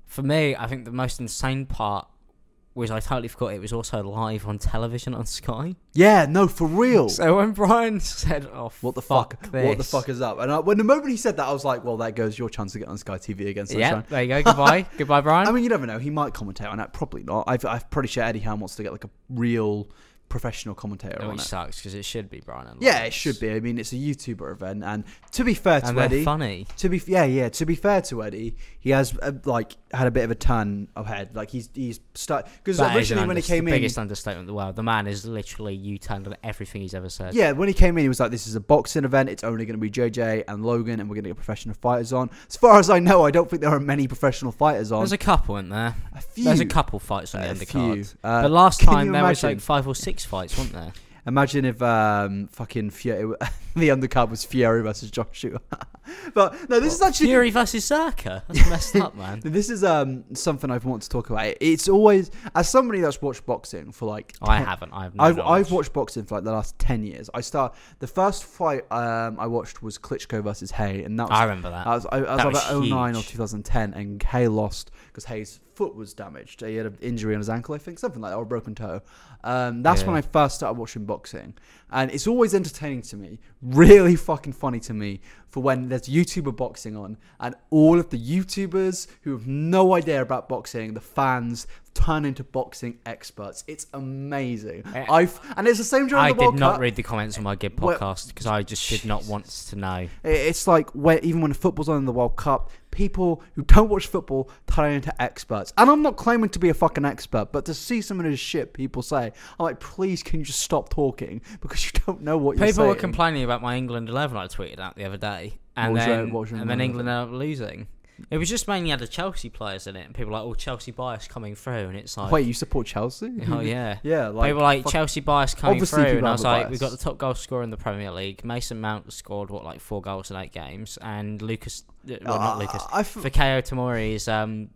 for me, I think the most insane part was I totally forgot it was also live on television on Sky.
yeah, no, for real.
So when Brian said, "Oh,
What the fuck?
This.
What the fuck is up? And I, when the moment he said that, I was like, well, that goes your chance to get on Sky TV again.
Yeah,
Sunshine.
there you go.
[laughs]
Goodbye, goodbye, Brian.
I mean, you never know. He might commentate on that. Probably not. I've, I'm pretty sure Eddie Howe wants to get like a real professional commentator
Which
on it.
sucks because it should be Brian. and
Yeah, it
Lawrence.
should be. I mean, it's a YouTuber event, and to be fair to
And
Eddie,
they're funny.
to be yeah yeah to be fair to Eddie, he has uh, like had a bit of a tan of head. Like he's he's start because
That is an
originally when he
underst-
came
the
in,
biggest understatement in the world. The man is literally U-turned on everything he's ever said.
yeah, when he came in, he was like, "This is a boxing event. It's only going to be JJ and Logan, and we're going to get professional fighters on." As far as I know, I don't think there are many professional fighters on.
There's a couple in there.
a few.
There's a couple fights on the
a
undercard.
few. Uh,
but last
can
time
you
there was
imagine?
like five or six fights, weren't there?
Imagine if um, fucking Fury, [laughs] the undercard was Fury versus Joshua. [laughs] but no, this is actually
Fury versus Zerka. That's
[laughs]
messed up, man.
This is um something I've wanted to talk about. It's always as somebody that's watched boxing for like
I
10
haven't. I have no
I've
knowledge.
I've watched boxing for like the last ten years. I start the first fight um I watched was Klitschko versus Hay, and that was
I remember that.
I was, I, I was
That was
about 09 or
huge.
2010, and Hay lost because Hay's foot was damaged. He had an injury on his ankle, I think, something like that, or a broken toe. Um, that's when
Yeah.
I first started watching boxing. And it's always entertaining to me, really fucking funny to me, for when there's YouTuber boxing on, and all of the YouTubers who have no idea about boxing, the fans, turn into boxing experts. It's amazing.
Eh,
I've, and it's the same during
I
the World
did not
Cup.
read the comments on my Gib
Well-
podcast because I just did not want to know.
It- It's like where even when football's on in the World Cup, people who don't watch football turn into experts. And I'm not claiming to be a fucking expert, but to see some of this shit people say, I'm like, please, can you just stop talking [laughs] because you don't know what you're
People
saying.
were complaining about my England 11 I tweeted out the other day. And
What was your-
then,
what was your
and then England
England
ended up losing. It was just mainly had the Chelsea players in it. And people were like, oh, Chelsea bias coming through. And it's like,
Wait, you support Chelsea?
[laughs] oh, yeah.
yeah. Like,
people were like,
fuck-
Chelsea bias coming
Obviously
through. And
people
I
have
was
a
like,
bias.
we've got the top goal scorer in the Premier League. Mason Mount scored, what, like four goals in eight games. And Lucas, well, not
Uh,
Lucas,
I f-
Fakayo Tomori is um,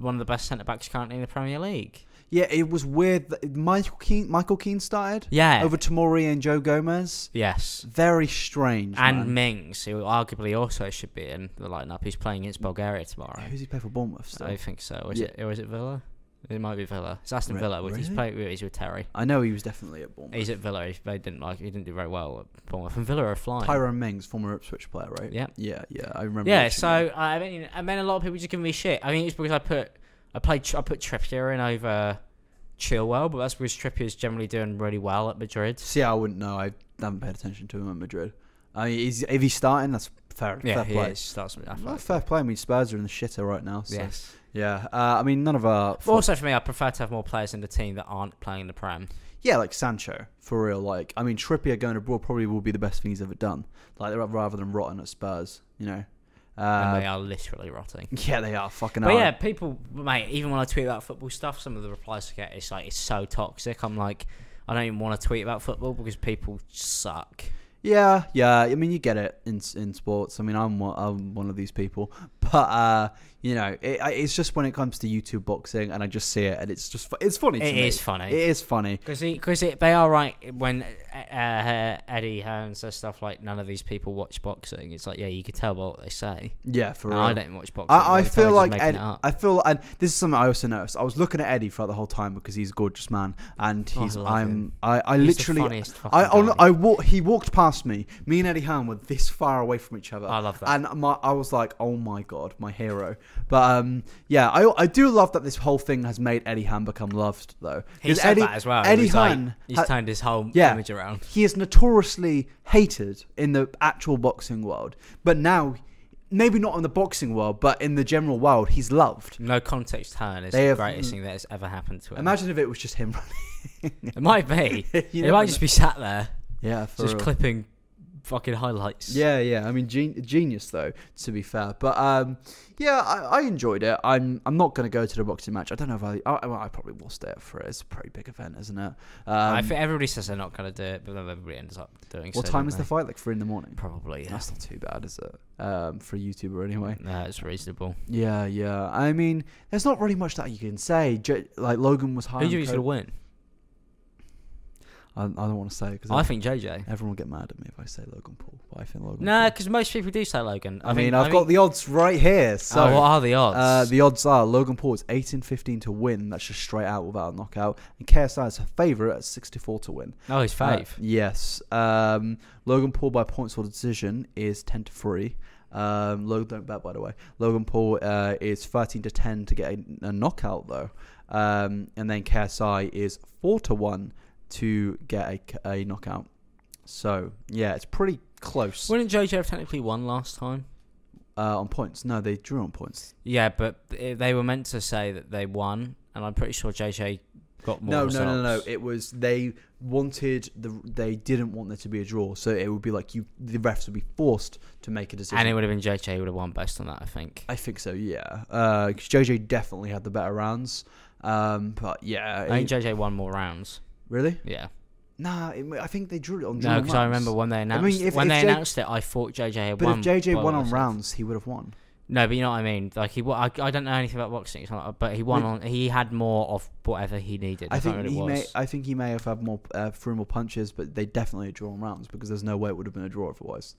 one of the best centre backs currently in the Premier League.
yeah, it was weird. That Michael Keane, Michael Keane started
Yeah.
over Tamori and Joe Gomez.
yes.
Very strange.
and
man.
Mings, who arguably also should be in the lineup, who's playing against Bulgaria tomorrow.
who's he play for Bournemouth? Still?
I think so. Or is,
Yeah.
it, or is it Villa? It might be Villa. It's
Re-
Aston Villa, which he's
really?
playing. He's with Terry.
I know he was definitely at Bournemouth.
He's at Villa. He, they didn't like. He didn't do very well at Bournemouth. And Villa are flying.
Tyrone Mings, former Ipswich player, right?
Yeah.
Yeah, yeah. I remember.
yeah.
watching
So
that.
I mean, I mean, a lot of people just give me shit. I mean, it's because I put, I played, Tr- I put Trippier in over Chilwell, but that's because Trippier's generally doing really well at Madrid.
See, I wouldn't know. I haven't paid attention to him at Madrid. I mean, he's, if he's starting, that's fair.
Yeah,
fair
he
play.
is. Starts with
Well,
Athletic.
fair play. I mean, Spurs are in the shitter right now. So.
Yes.
Yeah. Uh, I mean, none of our.
Also, for me, I prefer to have more players in the team that aren't playing in the Prem.
yeah, like Sancho for real. Like, I mean, Trippier going abroad probably will be the best thing he's ever done. Like, rather than rotting at Spurs, you know.
and
Uh,
they are literally rotting.
[laughs] yeah, they are fucking.
But
are.
yeah, people, mate, even when I tweet about football stuff, some of the replies I get, it's like, it's so toxic. I'm like, I don't even want to tweet about football because people suck.
Yeah, yeah. I mean, you get it in in sports. I mean, I'm one, I'm one of these people, [laughs] but uh, you know, it, I- it's just when it comes to YouTube boxing, and I just see it, and it's just fu- it's funny. To
It
me.
is funny.
It is funny.
Because because they are right when uh, uh, Eddie Hearn says stuff like, none of these people watch boxing. It's like, yeah, you could tell by what they say.
Yeah, for
And
real.
I don't watch boxing.
I,
so
I
they're
feel
just
like
making
Ed,
it up.
I feel and this is something I also noticed. I was looking at Eddie throughout the whole time because he's a gorgeous man, and
Oh, I
he's
love
I'm
him.
I, I
He's the
literally
funniest fucking
I on,
guy.
I wa- he walked past me. Me and Eddie Hearn were this far away from each other.
I love that.
And my, I was like, oh my god, my hero. But um, yeah, I I do love that this whole thing has made Eddie Hearn become loved though.
He
'Cause
said that as well. He
Eddie
was like-
Hearn
he's
ha-
turned his whole
Yeah.
image around.
he is notoriously hated in the actual boxing world, but now. Maybe not in the boxing world, but in the general world, he's loved.
No context, Hearn is
They
the
have-
greatest thing that has ever happened to him.
Imagine if it was just him [laughs] running.
it might be.
[laughs] You
it
never
might just be sat there.
Yeah, for
just
real.
clipping fucking highlights.
Yeah, yeah. I mean, gen- genius though. To be fair, but um, yeah, I, I enjoyed it. I'm I'm not gonna go to the boxing match. I don't know if I I, well, I probably will stay up for it. It's a pretty big event, isn't it? Um,
I think everybody says they're not going to do it, but then everybody ends up doing so.
what time
don't
is the
they?
fight? Like three in the morning.
Probably, yeah.
That's not too bad, is it? Um, for a YouTuber anyway.
No, it's reasonable.
Yeah, yeah. I mean, there's not really much that you can say. J- like Logan was high.
Who
on
do you think's going to
coke.
win?
I, I don't want to say because
I think JJ.
everyone will get mad at me if I say Logan Paul. But I think Logan.
No,
Paul-
because most people do say Logan.
I, mean, I've got the odds right here. So
oh, what are the odds?
Uh, the odds are Logan Paul is 18 15 to win. That's just straight out without a knockout. And KSI is a favourite at 64 to win.
oh, he's
Uh,
five.
yes. Um, Logan Paul by points or decision is 10 to 3. Um, Logan, don't bet, by the way. Logan Paul uh, is 13 to 10 to get a, a knockout, though. Um, and then KSI is 4 to 1 to get a, k- a knockout. So yeah, it's pretty close
Wouldn't JJ have technically won last time?
uh, on points. No, they drew on points.
Yeah, but it, they were meant to say that they won, and I'm pretty sure JJ got more.
No,
results.
no, no, no. It was they wanted the they didn't want there to be a draw, so it would be like you the refs would be forced to make a decision.
and it would have been JJ would have won based on that, I think.
I think so, yeah. Uh 'cause JJ definitely had the better rounds, um, but yeah,
I think
it-
JJ won more rounds.
really?
Yeah.
Nah, it, I think they drew it on.
No,
drawn
because I
rounds.
remember when they announced
if-
when
if
they
J-
announced it, I thought JJ had
But
won.
if JJ
by
won on
myself.
rounds, he would have won.
No, but you know what I mean. Like he, wa- I, I don't know anything about boxing, so- but he won
We-
on. He had more of whatever he needed.
I think
what it
he
was.
may. I think he may have had more uh, threw more punches, but they definitely drew on rounds because there's no way it would have been a draw otherwise.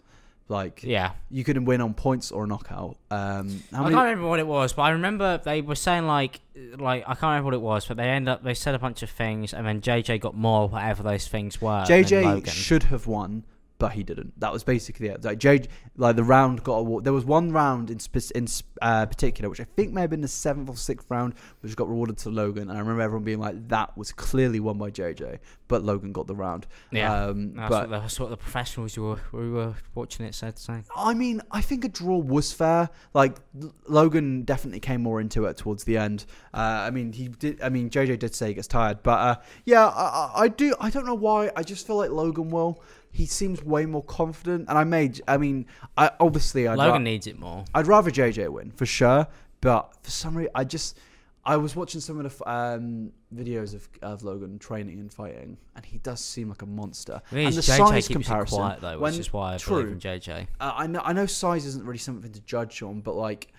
Like
yeah,
you couldn't win on points or a knockout. Um, how
I
many?
can't remember what it was, but I remember they were saying like, like I can't remember what it was, but they end up they said a bunch of things, and then JJ got more whatever those things were. than
JJ
Logan.
should have won, but he didn't. That was basically it. Like JJ, like the round got award. There was one round in spe- in uh, particular, which I think may have been the seventh or sixth round, which got rewarded to Logan. And I remember everyone being like, "That was clearly won by JJ," but Logan got the round.
yeah,
Um,
that's,
but
what the, that's what the professionals who were who were watching it said. So
I mean, I think a draw was fair. Like L- Logan definitely came more into it towards the end. Uh, I mean, he did. I mean, JJ did say he gets tired, but uh, yeah, I, I- I do. I don't know why. I just feel like Logan will. He seems way more confident, and I made. I mean, I obviously I'd, ra-
Logan needs it more.
I'd rather JJ win for sure, but for some reason, I just. I was watching some of the f- um, videos of, of Logan training and fighting, and he does seem like a monster.
The thing
and
is,
the
JJ
size
keeps it
comparison,
quiet though,
when-
which is why I
true.
believe in JJ.
uh, I know I know size isn't really something to judge on, but like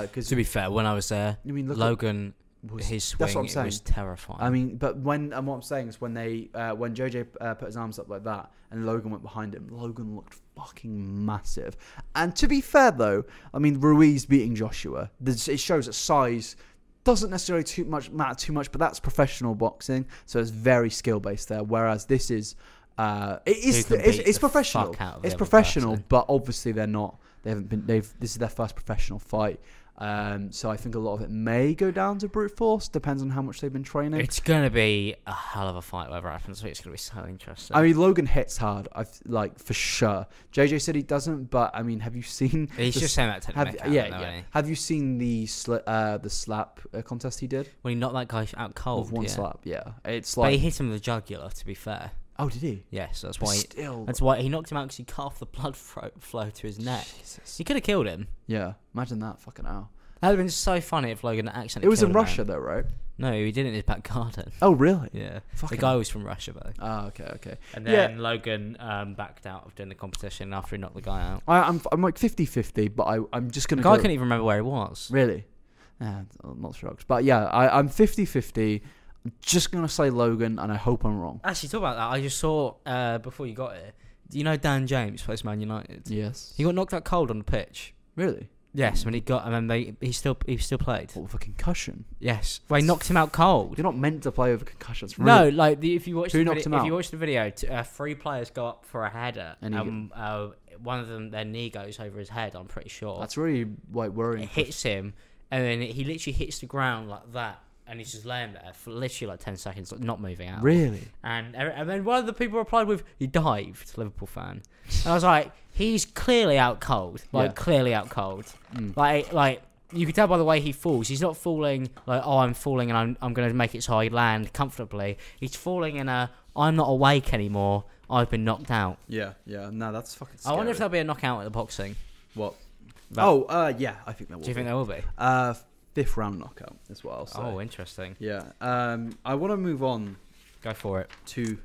because
To be fair, when I was there,
I mean look at-
Logan
was-
his
what
swing
I'm
it was
saying.
terrifying.
I mean, but when and what I'm saying is when they uh, when JJ uh, put his arms up like that and Logan went behind him, Logan looked fucking massive. And to be fair though, I mean Ruiz beating Joshua, this, it shows that size doesn't necessarily too much matter too much, but that's professional boxing, so it's very skill based there. Whereas this is uh, it is
can
it's,
beat
it's
the fuck
professional,
out of the
it's
other
professional,
person.
but obviously they're not. They haven't been. They've this is their first professional fight. Um, so I think a lot of it may go down to brute force. Depends on how much they've been training.
it's gonna be a hell of a fight, whatever happens. It's gonna be so interesting.
I mean, Logan hits hard. I have like for sure. JJ said he doesn't, but I mean, have you seen?
He's
the
just
s-
saying that to
have,
make
yeah,
out,
yeah.
though, ain't he?
Have you seen the sl- uh, the slap uh, contest he did?
When he knocked that guy out cold,
Of one
Oh, yeah.
slap, yeah. It's
But he
like,
hit him with the jugular. To be fair,
oh, did he?
yes, that's
But
why. He,
still,
that's why he knocked him out because he cut off the blood fro- flow to his neck.
Jesus.
He could have killed him.
Yeah, imagine that fucking hell.
That'd have been so funny if Logan accidentally.
It was
killed
in
a man.
Russia though, right?
No, he did it in his back garden. [laughs]
Oh, really?
Yeah,
Fucking
the guy was from Russia though.
Oh, okay, okay.
And
Yeah.
then Logan um, backed out of doing the competition after he knocked the guy out.
I, I'm I'm like 50-50, but I I'm just
The
gonna
guy
go.
couldn't even remember where he was.
Really? Yeah, I'm not shocked. But yeah, I, I'm 50 50. I'm just going to say Logan, and I hope I'm wrong.
Actually, talk about that. I just saw uh, before you got here. Do you know Dan James plays Man United?
Yes.
He got knocked out cold on the pitch.
really?
Yes, when he got, and then they he still he still played.
What, with a concussion?
Yes, they knocked him out cold.
You're not meant to play over concussions.
No, like the, if you watch
Who
the
knocked
video,
him
if
out?
you watch the video, t- uh, three players go up for a header,
And
and
he
uh, one of them their knee goes over his head. I'm pretty sure
That's really like
it
worrying.
hits him, and then he literally hits the ground like that, and he's just laying there for literally like ten seconds, like not moving out.
Really?
And and then one of the people replied with, "He dived, Liverpool fan," and I was like, "He's clearly out cold, like
Yeah. Mm.
clearly out cold, like like." You can tell by the way he falls. He's not falling like, oh, I'm falling and I'm, I'm going to make it so I land comfortably. He's falling in a, I'm not awake anymore. I've been knocked out.
Yeah, yeah. No, that's fucking
I wonder if there'll be a knockout at the boxing.
What?
That-
oh, uh, yeah, I think that will.
Do you think
be.
there will be?
Uh, fifth round knockout as well. So.
Oh, interesting.
yeah. Um, I want to move on
Go for it.
to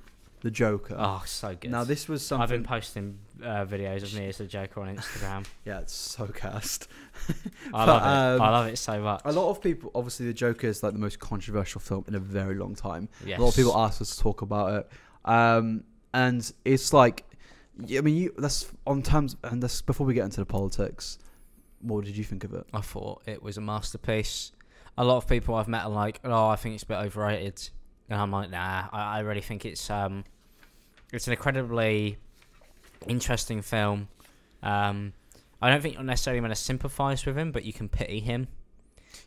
the Joker.
Oh, so good.
now, this was
I've
something.
been posting uh, videos of me as the Joker on [laughs] Instagram.
yeah, it's so [laughs] cast.
I
But,
love it. I
um,
love it so much.
A lot of people, obviously, The Joker is like the most controversial film in a very long time.
yes.
A lot of people ask us to talk about it, um, and it's like, I mean, you, that's on terms, and that's before we get into the politics. What did you think of it?
I thought it was a masterpiece. A lot of people I've met are like, "Oh, I think it's a bit overrated," and I'm like, "Nah, I, I really think it's um, it's an incredibly interesting film. Um, I don't think you're necessarily going to sympathise with him, but you can pity him.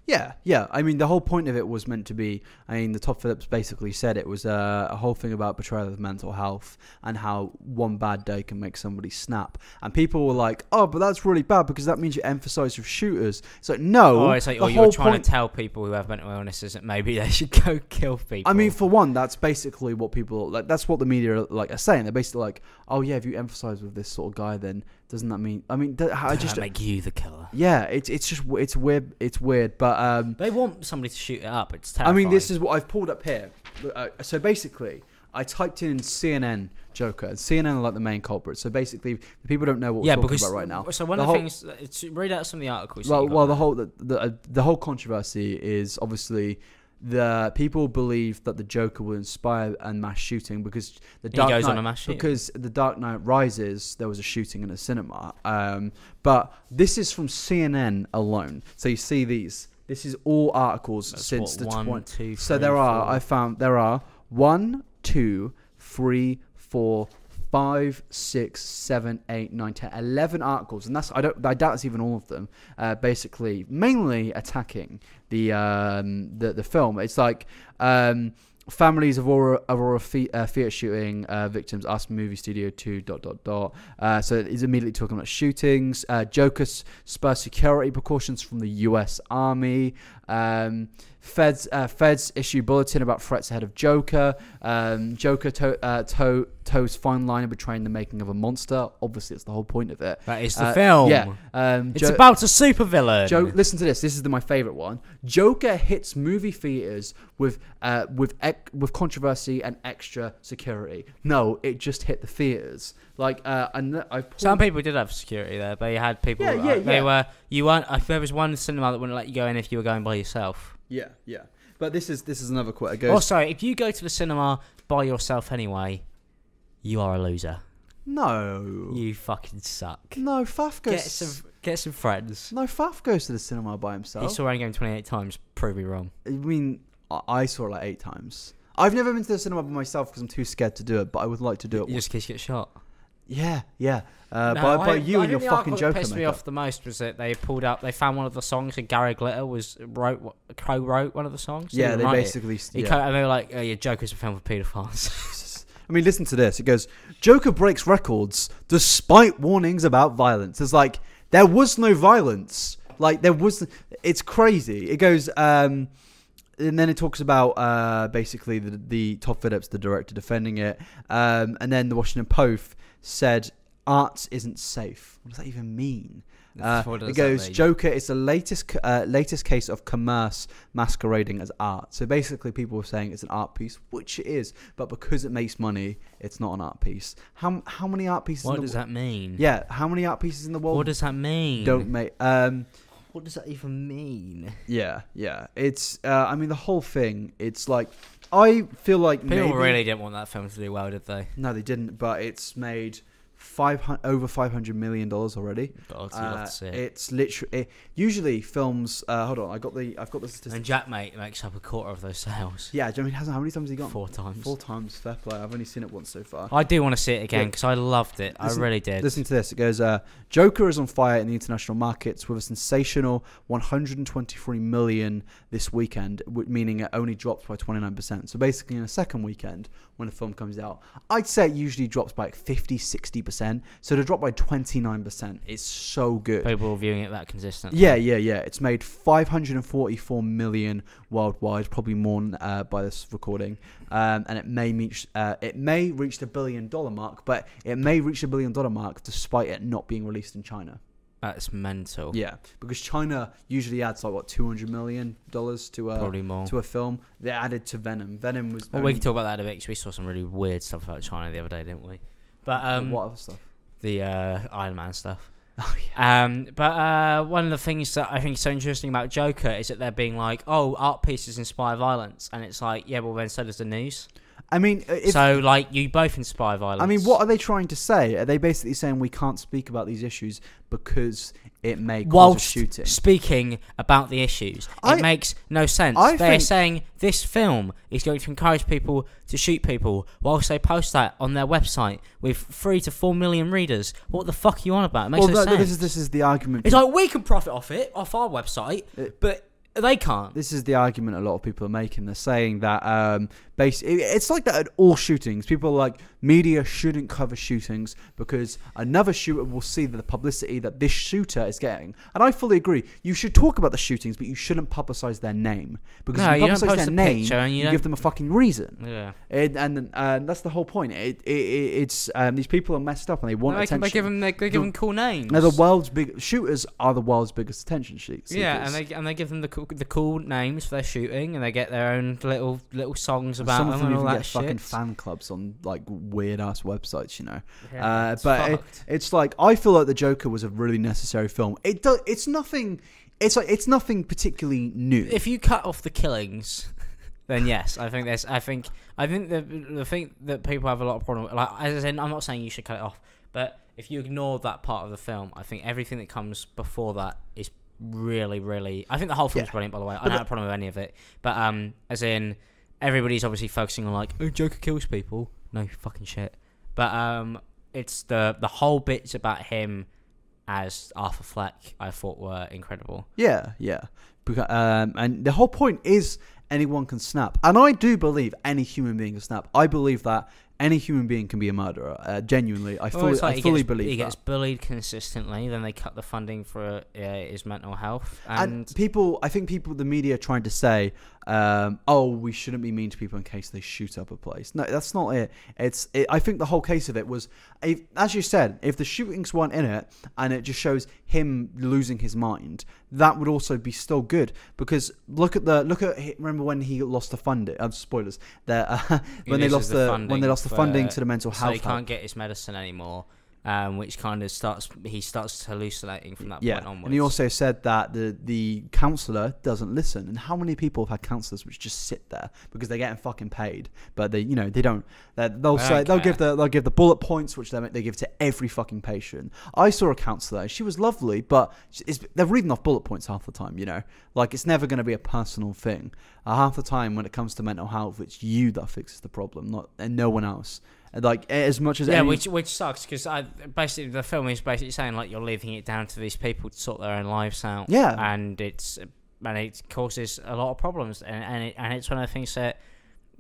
Yeah, yeah. I mean, the whole point of it was meant to be. I mean, the Top Phillips basically said it was uh, a whole thing about betrayal of mental health and how one bad day can make somebody snap. And people were like, "Oh, but that's really bad because that means you emphasize with shooters." It's like, no,
Oh, it's like
the
oh, you're
whole
trying
point-
to tell people who have mental illnesses that maybe [laughs] they should go kill people.
I mean, for one, that's basically what people like. That's what the media like are saying. They're basically like, "Oh yeah, if you emphasize with this sort of guy, then doesn't that mean?" I mean, th- I
Does
just
that make you the killer.
yeah, it's it's just w- it's weird. It's weird, but um,
They want somebody to shoot it up. It's
I
terrifying.
mean, this is what I've pulled up here. Uh, so basically, I typed in CNN Joker, and CNN are like the main culprit. So basically, the people don't know what we're
yeah,
talking
because
about right now.
So one
The
of
whole-
the things, it's, read out some of the articles. that
Well,
you got
well, the
there.
whole the the, uh, the whole controversy is obviously the people believe that the Joker will inspire a mass shooting because the
He
Dark
goes
Knight,
on a mass shooting.
because the Dark Knight Rises there was a shooting in a cinema. Um, but this is from CNN alone, so you see these. This is all articles
That's
since
what,
the
one,
twenty.
two,
So
three,
there are.
four.
I found there are one, two, three, four, five, six, seven, eight, nine, ten, eleven articles, and that's I don't. I doubt it's even all of them. Uh, basically, mainly attacking the um, the the film. It's like. Um, Families of Aurora, Aurora Fi- uh, Fiat shooting uh, victims asked movie studio to dot dot dot. Uh, so he's immediately talking about shootings. Uh, Joker s- spurs security precautions from the U.S. Army. Um, Feds uh, Feds issue bulletin about threats ahead of Joker. Um, Joker to- uh, toe toes fine line in betraying the making of a monster. Obviously, it's the whole point of it.
That is the
Uh,
film.
Yeah. Um,
It's
Jo-
about a supervillain.
Jo- listen to this. This is the, my favorite one. Joker hits movie theaters with uh, with ec- with controversy and extra security. No, it just hit the theaters. Like, uh, and I pulled-
Some people did have security there. They had people.
Yeah,
that- uh,
yeah,
they
yeah.
were. You weren't. If there was one cinema that wouldn't let you go in if you were going by yourself.
yeah, yeah. But this is this is another quote. It goes,
Also, if you go to the cinema by yourself anyway, you are a loser.
no,
You fucking suck.
no. Faf goes.
Get some. Get some friends.
no, Faf goes to the cinema by
He
himself.
saw Endgame 28 times. Prove me wrong.
I mean, I, I saw it like eight times. I've never been to the cinema by myself because I'm too scared to do it. But I would like to do it.
You just get shot.
yeah, yeah. Uh,
No,
by
I-
by you
I
and your
think the
fucking
article that
Joker.
pissed me
makeup.
off the most was that they pulled up. They found one of the songs and Gary Glitter was wrote co-wrote one of the songs. He
Yeah,
didn't
they
write it.
basically.
He
yeah.
co- and they were like, oh, "Your Joker's a film for paedophiles." [laughs]
Jesus. I mean, listen to this. It goes, Joker breaks records despite warnings about violence. It's like, there was no violence. Like, there was. It's crazy. It goes, um, and then it talks about uh, basically the, the Todd Phillips, the director, defending it. Um, and then the Washington Post said, art isn't safe. What does that even mean? Uh,
What does
it
that
goes,
mean?
Joker is the latest c- uh, latest case of commerce masquerading as art. So basically, people were saying it's an art piece, which it is, but because it makes money, it's not an art piece. How how many art pieces?
What
in the,
does that mean?
Yeah, how many art pieces in the world
What does that mean?
don't make? Um,
What does that even mean?
yeah, yeah. It's uh, I mean the whole thing. It's like I feel like
People
maybe,
really didn't want that film to do well, did they?
no, they didn't, but it's made five hun- over five hundred million dollars already.
God, you
Uh,
love to see it.
it's literally it, usually films. Uh, hold on, I got the I've got the statistics.
And Jack Mate makes up a quarter of those sales.
Yeah, do you know what I mean, hasn't how many times has he got?
Four times. Oh,
Four times. Fair play. I've only seen it once so far.
I do want to see it again
Look,
because I loved it. I
listen-
really did.
Listen to this. It goes, uh, Joker is on fire in the international markets with a sensational 123 million this weekend, w- meaning it only drops by 29%. So basically, in a second weekend, when the film comes out, I'd say it usually drops by like 50, 60%. So to drop by 29% is so good.
People were viewing it that consistently.
Yeah, yeah, yeah. It's made 544 million worldwide, probably more uh, by this recording, um, and it may reach uh, it may reach the billion dollar mark, but it may reach the billion dollar mark despite it not being released in China.
That's mental.
Yeah, because China usually adds like what 200 million dollars to a
Probably more. Oh,
to um, a film. They added to Venom. Venom was
Well, we
only-
can talk about that a bit because we saw some really weird stuff about China the other day, didn't we? But um,
what other stuff?
the uh, Iron Man stuff.
[laughs] Oh yeah.
Um, but uh, one of the things that I think is so interesting about Joker is that they're being like, "Oh, art pieces inspire violence," and it's like, "Yeah, well, then so does the news."
I mean, uh, if,
so, like, you both inspire violence.
I mean, what are they trying to say? Are they basically saying we can't speak about these issues because it may cause
Whilst
a shooting?
speaking about the issues,
I-
it makes no sense.
I
They're
think-
saying this film is going to encourage people to shoot people, whilst they post that on their website with three to four million readers. What the fuck are you on about? It makes no
well, that-
sense.
this is this is the argument.
It's like we can profit off it off our website,
It-
but They can't.
Uh, This is the argument a lot of people are making. They're saying that um, base. it- It's like that at all shootings. People are like media shouldn't cover shootings because another shooter will see the publicity that this shooter is getting. And I fully agree. You should talk about the shootings, but you shouldn't publicize their name because
No,
if you,
you don't
publicize
post
their
a
name,
picture and you
you,
don't-
give them a fucking reason.
Yeah.
And and, and that's the whole point. It, it, it it's um, these people are messed up and they want
they, can,
attention.
they give them they, they give
The-
them cool names.
Now, the world's big shooters are the world's biggest attention sheet.
yeah,
seekers.
and they and they give them the cool, the cool names for their shooting, and they get their own little little songs
And
about
some of
them,
them
and
even
all
get
that
fucking
shit.
fan clubs on like weird ass websites, you know.
Yeah,
uh,
it's
but it-
fucked.
it's like I feel like the Joker was a really necessary film. It does. It's nothing. It's like it's nothing particularly new.
if you cut off the killings, then yes, I think there's. I think I think the the thing that people have a lot of problem with, like as I said, I'm not saying you should cut it off, but if you ignore that part of the film, I think everything that comes before that is really, really. I think the whole film's
Yeah.
brilliant, by the way. I don't have a problem with any of it, but um, as in everybody's obviously focusing on like, oh, Joker kills people. No fucking shit. But um, it's the the whole bits about him as Arthur Fleck. I thought were incredible.
yeah, yeah. Because, um, and the whole point is anyone can snap, and I do believe any human being can snap. I believe that any human being can be a murderer. Uh, genuinely, I
Well,
fully,
it's like
I
he
fully
gets-
believe
he
that.
gets bullied consistently. Then they cut the funding for uh, his mental health,
and,
and,
people i think people the media are trying to say um, oh we shouldn't be mean to people in case they shoot up a place no that's not it it's it, i think the whole case of it was if, as you said if the shootings weren't in it and it just shows him losing his mind that would also be still good because look at the look at remember when he lost the funding uh, spoilers that uh, [laughs]
he
when they
loses
lost the, when they
funding
lost the
for-
funding to the mental
so
health
he
help.
can't get his medicine anymore. Um, which kind of starts he starts hallucinating from that point onwards.
And he also said that the the counselor doesn't listen. And how many people have had counselors which just sit there because they're getting fucking paid, but they you know they don't. They, they'll
They
say
don't
they'll
care.
give the they'll give the bullet points which they they give to every fucking patient. I saw a counselor. She was lovely, but it's, they're reading off bullet points half the time. You know, like it's never going to be a personal thing. Uh, half the time when it comes to mental health, it's you that fixes the problem, not and no one else. And, Like as much as
yeah,
any-
which which sucks because I basically the film is basically saying like you're leaving it down to these people to sort their own lives out.
Yeah.
and it's and it causes a lot of problems, and and, it, and it's one of the things that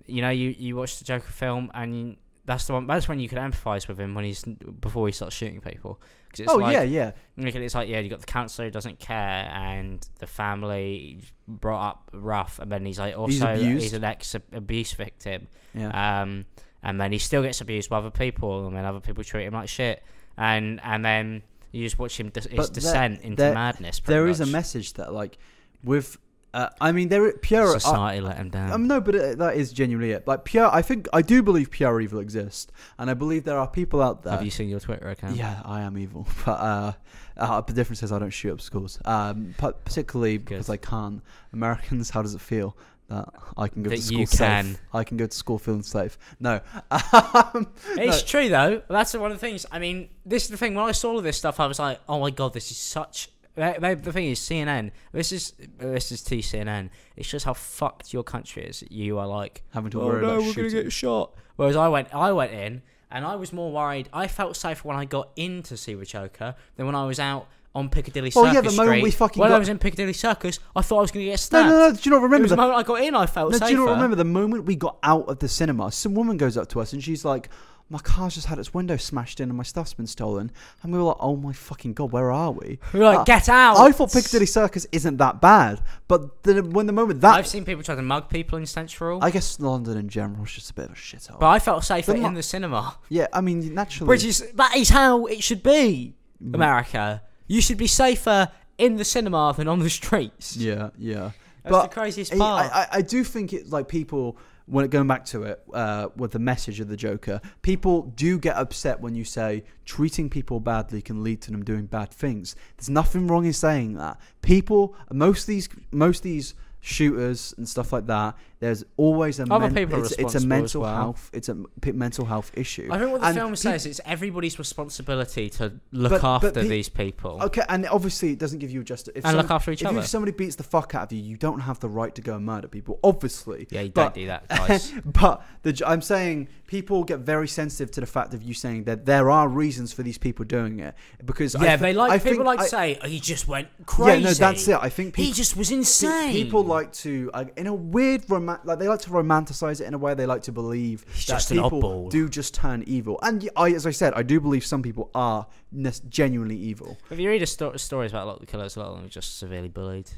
you know you you watch the Joker film and. You, that's the one. That's when you can empathise with him when he's before he starts shooting people. 'Cause it's
oh
like,
yeah yeah
Look at it, it's like yeah, you got the counselor who doesn't care, and the family brought up rough, and then he's like also
He's
he's,
abused.
an ex abuse victim,
yeah.
um, and then he still gets abused by other people, and then other people treat him like shit, and and then you just watch him dis- his
But there-
descent into
there-
madness. pretty
There is
much.
a message that like with uh, I mean there uh, pure I,
society let him down.
um, no but it, that is genuinely it like pure I think I do believe pure evil exists and I believe there are people out there
Have you seen your Twitter account?
yeah I am evil [laughs] but uh, uh the difference is I don't shoot up schools um pa- particularly because I can't Americans how does it feel that I can go
That
to school
you
safe
can.
I can go to school feeling safe no [laughs] um,
It's true though. That's one of the things. I mean, this is the thing. When I saw all this stuff, I was like, "Oh my god, this is such." they- they- The thing is, CNN. This is this is TCNN. It's just how fucked your country is. You are like,
having to
"Oh
worry
no,
about
we're gonna
shooting
get shot." Whereas I went, I went in, and I was more worried. I felt safer when I got into Siwachoka than when I was out on Piccadilly
Oh,
Circus.
yeah, the moment
Street.
we fucking
when I
got-
was in Piccadilly Circus, I thought I was gonna get
no
stabbed.
no no do you not
It
remember
was
the
the moment I got in, I felt
No,
Oh, safer.
do you not remember the moment we got out of the cinema? Some woman goes up to us and she's like, "My car's just had its window smashed in and my stuff's been stolen." And we were like, "Oh my fucking god, where are we?"
We were like,
Uh,
"Get out!"
I thought Piccadilly Circus isn't that bad, but the, when the moment that
I've seen people try to mug people in Central.
I guess London in general is just a bit of a shithole.
But I felt safer
The mo-
in the cinema,
yeah, I mean naturally,
which is that is how it should be.
Mm.
America, you should be safer in the cinema than on the streets.
yeah, yeah.
That's the craziest
I-
part.
I, I, I do think it's like people when going back to it uh, with the message of the Joker, people do get upset when you say treating people badly can lead to them doing bad things. There's nothing wrong in saying that. People, most of these, most of these shooters and stuff like that. There's always a
Other people are
it's, it's a
responsible as
mental
well.
health. It's a p- mental health issue.
I think what the
And
film
peop-
says it's everybody's responsibility to look
But- but
after
pe-
these people
Okay, and obviously it doesn't give you just if
and
some-
look after each
if you-
other.
if somebody beats the fuck out of you, you don't have the right to go and murder people. Obviously,
Yeah, you don't
but-
do
[laughs]
that, guys.
but the, j- I'm saying people get very sensitive to the fact of you saying that there are reasons for these people doing it because I
yeah,
th-
they like
I
people
think
like
I-
to say oh, he just went crazy.
Yeah, no, that's it. I think people
he just was
Pe-
insane.
People like to, uh, in a weird, rom- like they like to romanticize it in a way. They like to believe
He's
that
just an
people
oddball.
do just turn evil. And y- I, as I said, I do believe some people are nes- genuinely evil.
If you read a sto- stories about a lot of the killers, a lot of them are just severely bullied.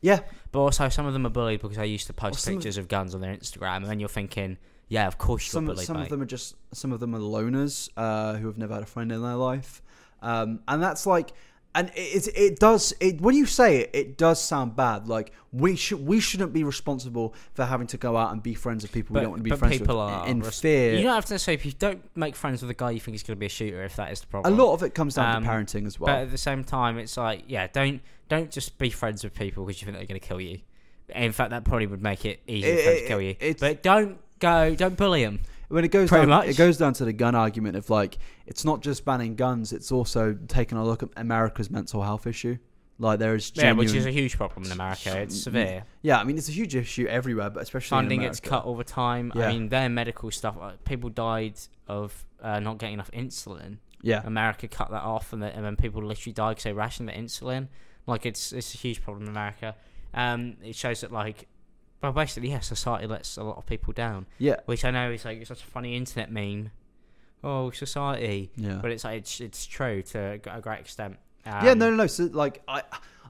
Yeah,
But also, some of them are bullied because they used to post
some of-
pictures of guns on their Instagram, and then you're thinking, yeah, of course you're
some
bullied.
some
mate.
of them are just some of them are loners uh, who have never had a friend in their life, um, and that's like. And it, it, it does it when you say it, it does sound bad. Like we should we shouldn't be responsible for having to go out and be friends with people we don't want to be
but
friends
people
with
are
in
res-
fear.
You don't have to say if you don't make friends with a guy you think is going to be a shooter if that is the
a
problem.
lot of it comes down
Um,
to parenting as well.
But at the same time, it's like, yeah, don't don't just be friends with people because you think they're going to kill you. In fact, that probably would make it easier for them to
It-
kill you.
it's-
But don't go, don't bully them.
when it goes
Pretty
down,
much.
it goes down to the gun argument of like it's not just banning guns; it's also taking a look at America's mental health issue. Like there is
Yeah,
genuine,
which is a huge problem in America. It's
Mm,
severe.
yeah. I mean, it's a huge issue everywhere, but especially
Funding
in
gets
America.
cut all the time.
Yeah.
I mean, their medical stuff. Like, people died of uh, not getting enough insulin.
Yeah,
America cut that off, and, the, and then people literally die because they ration the insulin. Like it's it's a huge problem in America. Um, it shows that like, well, basically, yeah, society lets a lot of people down,
yeah,
which I know is like it's such a funny internet meme. Oh, society,
yeah.
but it's like it's, it's true to a g- a great extent. Um,
yeah, no, no, no. So like, I,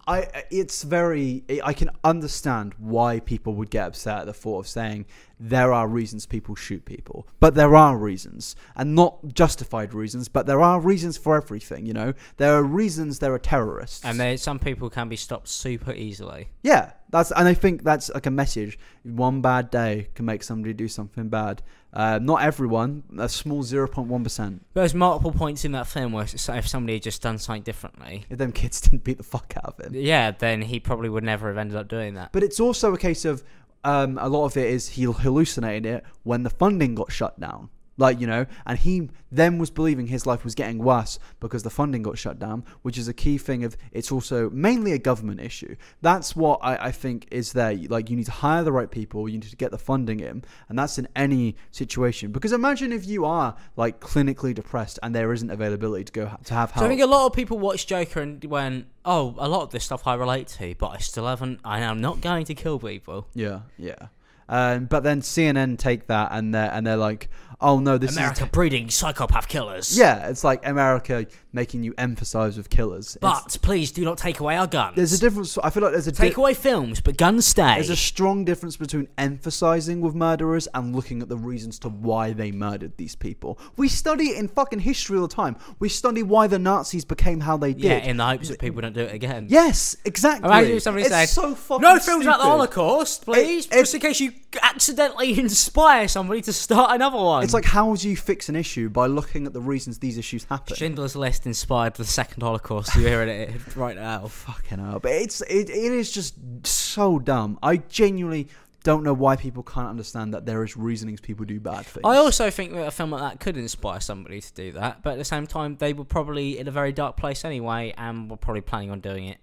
I, it's very. I can understand why people would get upset at the thought of saying there are reasons people shoot people, but there are reasons, and not justified reasons, but there are reasons for everything. You know, there are reasons there are terrorists,
And there, some people can be stopped super easily.
Yeah, that's and I think that's like a message. One bad day can make somebody do something bad. Uh, not everyone, a small zero point one percent.
There's multiple points in that film where s- if somebody had just done something differently,
If them kids [laughs] didn't beat the fuck out of him.
yeah, then he probably would never have ended up doing that.
But it's also a case of um, a lot of it is he hallucinated it when the funding got shut down. Like you know, and he then was believing his life was getting worse because the funding got shut down, which is a key thing. Of it's also mainly a government issue. That's what I, I think is there. Like you need to hire the right people, you need to get the funding in, and that's in any situation. Because imagine if you are like clinically depressed and there isn't availability to go to have help.
So I think a lot of people watch Joker and went, "Oh, a lot of this stuff I relate to, but I still haven't. I am not going to kill people."
Yeah, yeah. Um, but then CNN take that and they're and they're like, oh no, this
America
is
breeding psychopath killers.
yeah. It's like America making you emphasize with killers. It's-
but please do not take away our guns.
there's a difference. I feel like there's a
take
di-
away films, but guns stay.
there's a strong difference between emphasizing with murderers and looking at the reasons to why they murdered these people. We study it in fucking history all the time. We study why the Nazis became how they
yeah,
did.
in the hopes that people don't do it again.
yes, exactly.
Imagine if somebody
it's
said,
so fucking
"No films about the
stupid."
Holocaust, please,"
it-
just in case you accidentally [laughs] inspire somebody to start another one.
It's like how do you fix an issue by looking at the reasons these issues happen?
Schindler's List inspired the second Holocaust. You're hearing it right oh, now.
Fucking hell. But it's it, it is just so dumb. I genuinely don't know why people can't understand that there is reasonings people do bad things.
I also think that a film like that could inspire somebody to do that, but at the same time, they were probably in a very dark place anyway, and were probably planning on doing it.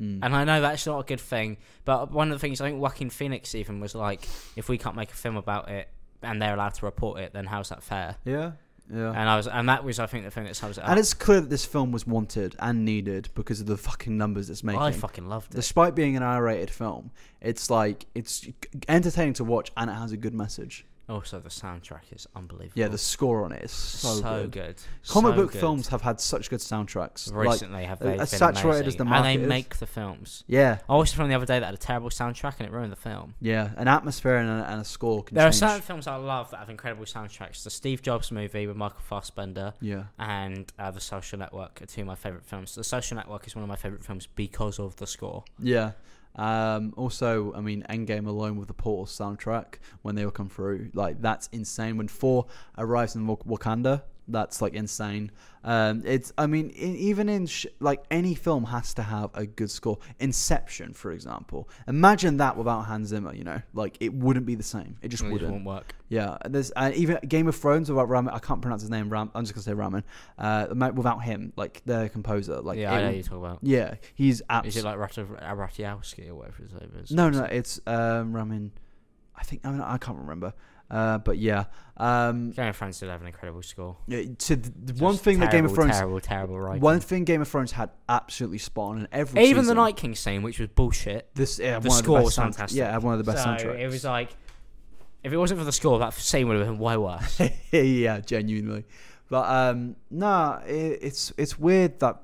Mm.
And I know that's not a good thing, but one of the things I think Joaquin Phoenix even was like, if we can't make a film about it and they're allowed to report it, then how's that fair?
yeah. Yeah.
And I was, and that was, I think, the thing that sums it
And
up.
it's clear that this film was wanted and needed because of the fucking numbers it's making.
I fucking loved it.
Despite being an R-rated film, it's like it's entertaining to watch and it has a good message.
Also, the soundtrack is unbelievable.
Yeah, the score on it is so,
so,
good.
good.
Comic
So
book
good.
films have had such good soundtracks. Like,
recently have they
as
been
saturated as
amazing.
the
and
market
they
is.
make the films.
yeah,
I watched a film the other day that had a terrible soundtrack and it ruined the film.
yeah, an atmosphere and a, and a score can
There are
change.
certain films I love that have incredible soundtracks. The Steve Jobs movie with Michael Fassbender
yeah.
and uh, The Social Network are two of my favourite films. The Social Network is one of my favourite films because of the score.
Yeah. Um, also, I mean, Endgame alone with the Portal soundtrack when they all come through, like that's insane. When four arrives in Wak- Wakanda, That's like insane. Um, it's I mean in, even in sh- like any film has to have a good score. Inception, for example. Imagine that without Hans Zimmer. You know, like it wouldn't be the same. It just
It
wouldn't.
won't work.
Yeah, there's uh, even Game of Thrones without Ramen. I can't pronounce his name. Ram. I'm just gonna say Ramen. Uh, ma- without him, like the composer, like
yeah, I
it
know
would-
you talk about.
yeah, he's
Is it
absolutely.
like Ratatiowski or whatever his name is?
no, no, it's um, Ramen. I think I, mean, I can't remember. Uh, but yeah, um,
Game of Thrones did have an incredible score.
yeah, to the, the one
Just
thing that Game of
terrible,
Thrones,
terrible, terrible writing.
one thing Game of Thrones had absolutely spot on in every
Even the
season.
Night King scene, which was bullshit.
This yeah,
the
one
score
of the
was
best sound-
fantastic.
Yeah, had one of the best
so
soundtracks.
it was like, if it wasn't for the score, that scene would have been way worse.
[laughs] yeah, genuinely. But um, nah, it, it's it's weird that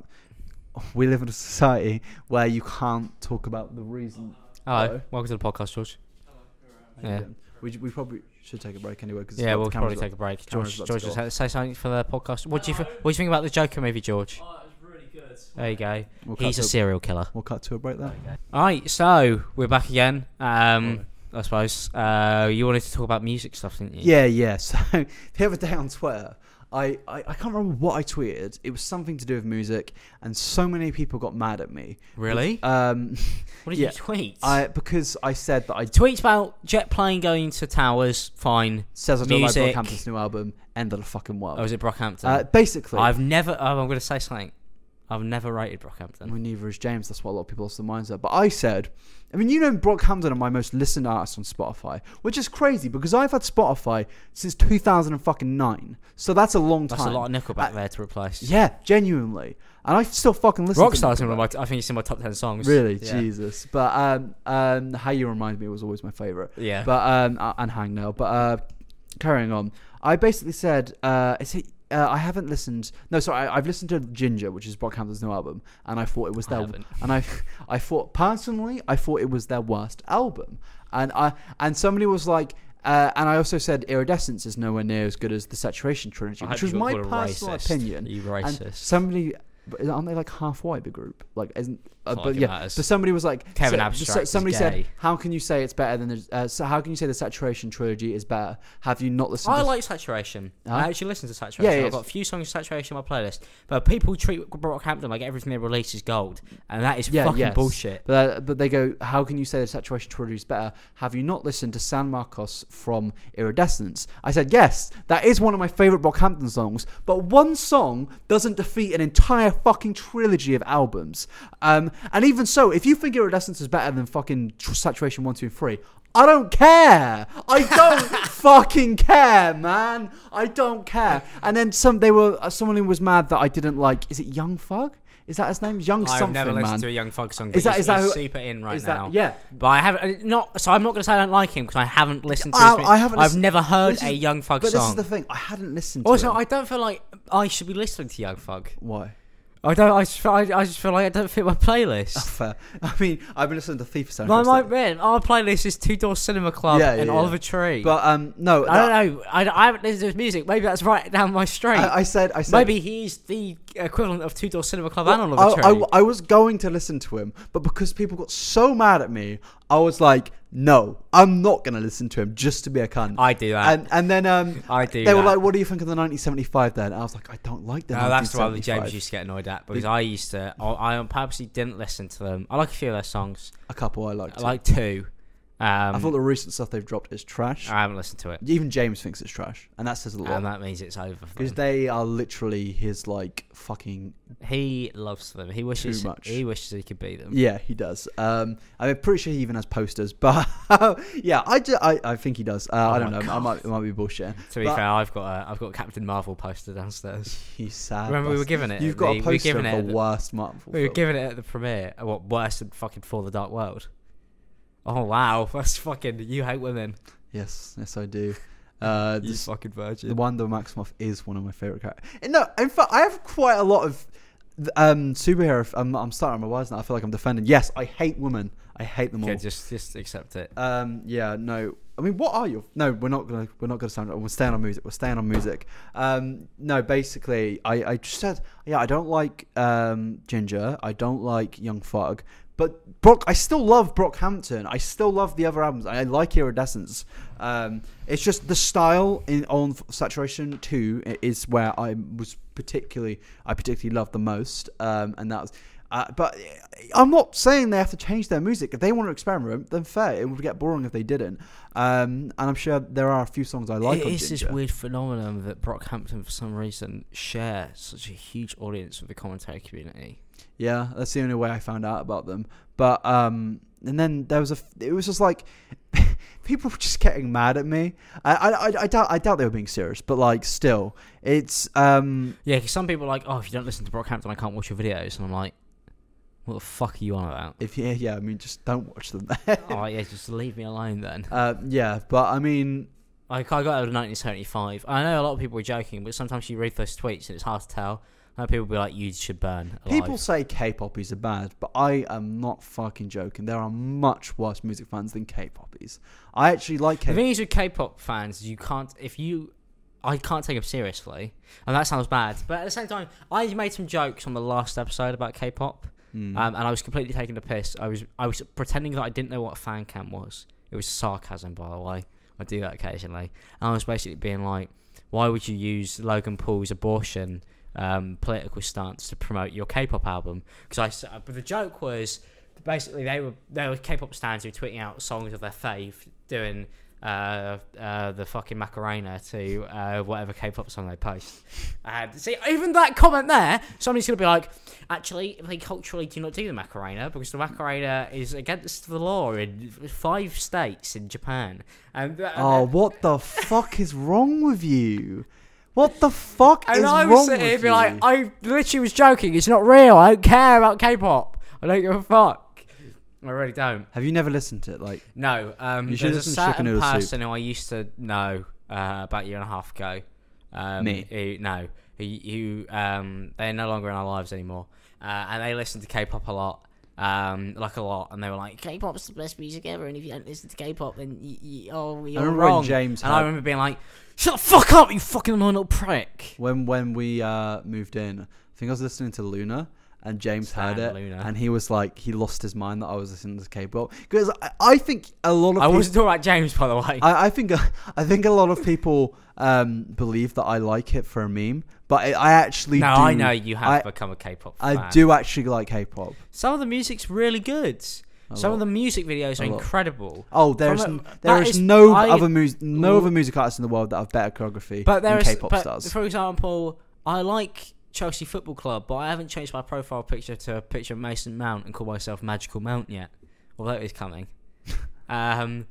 we live in a society where you can't talk about the reason.
Hello,
Hello.
welcome to the podcast, George. Yeah.
We, we probably should take a break anyway because
Yeah, we'll probably take a break.
camera's
George,
about to
George,
go
say say something for the podcast. What do you th- What do you think about the Joker movie, George?
Oh, it was really good.
There you go.
We'll cut,
He's
to,
a serial killer.
we'll cut to a break there.
All right, so we're back again. Um, I suppose uh, you wanted to talk about music stuff, didn't you?
Yeah, yeah. [laughs] So the other day on Twitter, I, I, I can't remember what I tweeted. It was something to do with music, and so many people got mad at me.
Really?
Um,
Uh, [laughs] what did
yeah.
you tweet?
I because I said that I
Tweets about jet plane going to towers. Fine.
says I don't like
Music.
Brockhampton's new album, End of the Fucking World.
Oh, is it Brockhampton?
Uh, basically,
I've never. Oh, I'm going to say something. I've never rated Brockhampton.
well, neither is James. That's why a lot of people lost their minds there. But I said, I mean, you know, Brockhampton are my most listened artists on Spotify, which is crazy because I've had Spotify since 2009. So that's a long time.
That's a lot of Nickelback
Uh,
there to replace.
Yeah, genuinely. And I still fucking listen to
Rockstar's in one
Nickelback.
of my. I think it's in my top ten songs.
Really,
Yeah.
Jesus. But um, um, How You Remind Me was always my favorite.
Yeah.
But um, uh, and Hangnail. But uh, carrying on, I basically said, uh, is it? Uh, I haven't listened. No, sorry, I, I've listened to Ginger, which is Brockhampton's new album, and I thought it was
I
their.
haven't.
and I, [laughs] I thought personally, I thought it was their worst album, and I and somebody was like. Uh, and I also said Iridescence is nowhere near as good as the Saturation trilogy,
I
which
hope
was
you got
my
called a
personal
racist.
opinion.
You
And
racist.
somebody, but aren't they like half white? The group, like, isn't? Uh,
Not
but
like it
yeah,
matters.
but somebody was like,
Kevin
so-
Abstract
so-
is
somebody
gay.
said, "How can you say it's better than the? Uh, so how can you say the Saturation trilogy is better? Have you not listened?"
I
to
like Saturation.
Huh?
I actually listen to Saturation.
yeah,
I've got a
it's-
few songs of Saturation on my playlist. But people treat Brockhampton like everything they release is gold. And that is
Yeah,
fucking
yes.
bullshit.
But uh, but they go, how can you say the saturation trilogy is better? Have you not listened to San Marcos from Iridescence? I said yes, that is one of my favorite Brockhampton songs. But one song doesn't defeat an entire fucking trilogy of albums. Um, and even so, if you think Iridescence is better than fucking tr- Saturation One, Two, and Three. I don't care. I
[laughs]
don't fucking care, man. I don't care. And then some. They were. uh, Someone who was mad that I didn't like. Is it Young Thug? Is that his name? Young
I've
something,
never listened
man.
to a Young Thug song.
Is
but
that-
he's-
is that
he's
who-
super in right
is that-
now.
yeah.
But I haven't. uh, Not so. I'm not going to say I don't like him because I haven't listened to.
I-
his,
I haven't
I've
listened-
never heard
This
a
is-
Young Thug
But
song.
this is the thing. I hadn't listened to
also,
it.
I don't feel like I should be listening to Young Thug.
Why? [laughs]
I don't. I just feel, I, I just feel like I don't fit my playlist.
Fair. I mean, I've been listening to FIFA soundtracks.
My, my
lately.
man, our playlist is Two Door Cinema Club
Yeah, yeah,
and
yeah.
Oliver Tree.
but um, no,
I don't know. I, I haven't listened to his music. Maybe that's right down my street.
I, I said, I said,
Maybe he's the equivalent of Two Door Cinema Club and
I,
Oliver Tree.
I- I was going to listen to him, but because people got so mad at me, I was like, no, I'm not going to listen to him just to be a cunt.
I do that.
and and then um,
[laughs] I do
they
that.
were like, what do you think of the 1975? Then I was like, I don't like the.
No, that's why the
1975.
James used to get annoyed at because I used to. I, I purposely didn't listen to them. I like a few of their songs.
A couple I liked.
I like two. Um,
I thought the recent stuff they've dropped is trash.
I haven't listened to it,
Even James thinks it's trash, and that says a lot.
and that means it's over. For
Because
them.
they are literally his like fucking
He loves them. He wishes.
much.
He wishes he could be them.
yeah he does. Um, I'm pretty sure he even has posters, [laughs] but yeah, I, ju- I I think he does. Uh, I don't
Oh my
know. I
God.
might it might be bullshit.
To be
But-
fair, I've got a, I've got a Captain Marvel poster downstairs.
He's sad.
Remember we were
bastard.
given it
You've
at
got
the-
a
we were
poster
given
of
it
the
at the-
worst Marvel.
We were
film.
given it at the premiere. uh, What worse than fucking For the Dark World? Oh wow, [laughs] that's fucking. You hate women.
yes, yes, I do. Uh,
[laughs] You
this,
fucking virgin.
the Wanda Maximoff is one of my favorite characters. No, in fact, I have quite a lot of th- um superhero. f- I'm, I'm starting on my words now. I feel like I'm defending. Yes, I hate women. I hate them all.
Okay, just just accept it.
Um, yeah, no. I mean, what are your? No, we're not gonna. We're not gonna sound. We're staying on music. We're staying on music. Um, no, basically, I, I just said, yeah, I don't like um, Ginger. I don't like Young Thug. But Brock, I still love Brockhampton. I still love the other albums. I like Iridescence. Um, it's just the style in on Saturation Two i- is where I was particularly I particularly loved the most, um, and that was. Uh, but I'm not saying they have to change their music. If they want to experiment, then fair. It would get boring if they didn't. Um, and I'm sure there are a few songs I like.
it
on
is this
Ginger.
weird phenomenon that Brockhampton, for some reason, share such a huge audience with the commentary community.
Yeah, that's the only way I found out about them. But um, and then there was a. f- It was just like [laughs] people were just getting mad at me. I I, I, I doubt I doubt they were being serious, but like still, it's um.
Yeah, 'cause some people are like, oh, if you don't listen to Brockhampton, I can't watch your videos. And I'm like, what the fuck are you on
[laughs]
about?
If yeah, yeah, I mean, just don't watch them. [laughs] then.
oh, yeah, just leave me alone then.
uh, yeah, but I mean,
Like, I got out of 1975. I know a lot of people were joking, but sometimes you read those tweets and it's hard to tell. I know people be like, you should burn. Alive.
people say K-poppies are bad, but I am not fucking joking. There are much worse music fans than K-poppies. I actually like
The
K.
thing is with K-pop fans, you can't if you. I can't take them seriously, and that sounds bad. But at the same time, I made some jokes on the last episode about K-pop,
Mm.
um, and I was completely taking the piss. I was I was pretending that I didn't know what fan cam was. It was sarcasm, by the way. I do that occasionally, and I was basically being like, "Why would you use Logan Paul's abortion um, political stance to promote your K-pop album?" Because I, s- uh, but the joke was basically they were they were K-pop stands who were tweeting out songs of their fave, doing uh, uh, the fucking Macarena to uh, whatever K-pop song they post. And see, even that comment there, somebody's gonna be like, actually, they culturally do not do the Macarena because the Macarena is against the law in five states in Japan. And, uh, th- and
Oh, what the fuck is wrong with you? What the fuck is
And I
wrong
was
with you?
sitting here being like, I literally was joking. It's not real. I don't care about K-pop. I don't give a fuck. I really don't.
Have you never listened to it? Like,
No, um,
You should
there's a
listen to Chicken
certain
Noodle Soup.
person who I used to know uh, about a year and a half ago. Um,
Me?
Who, no, who, who um, they're no longer in our lives anymore, uh, and they listen to K-pop a lot. Um, like a lot, and they were like, "K-pop's the best music ever," and if you don't listen to K-pop, then you, you, oh, you're
remember when
wrong.
James
and I
had-
remember being like, "Shut the fuck up, you fucking annoying little prick."
when when we uh, moved in, I think I was listening to Luna. And James
Stan
heard it,
Luna.
and he was like, he lost his mind that I was listening to K-pop because I, I think a lot of
I
people,
wasn't talking about James, by the way.
I, I think [laughs] I think a lot of people um, believe that I like it for a meme, but I, I actually
no,
do,
I know you have
I-
become a K-pop. Fan.
I do actually like K-pop.
Some of the music's really good. Some of
lot.
the music videos are
lot.
incredible.
Oh, there's
From a-
n there
that
is,
is-
no
I-
other music no
Ooh.
other music artists in the world that have better choreography
But there
than
is,
K-pop
but,
stars.
For example, I like Chelsea Football Club, but I haven't changed my profile picture to a picture of Mason Mount and call myself Magical Mount yet. Although it is coming.
[laughs]
um,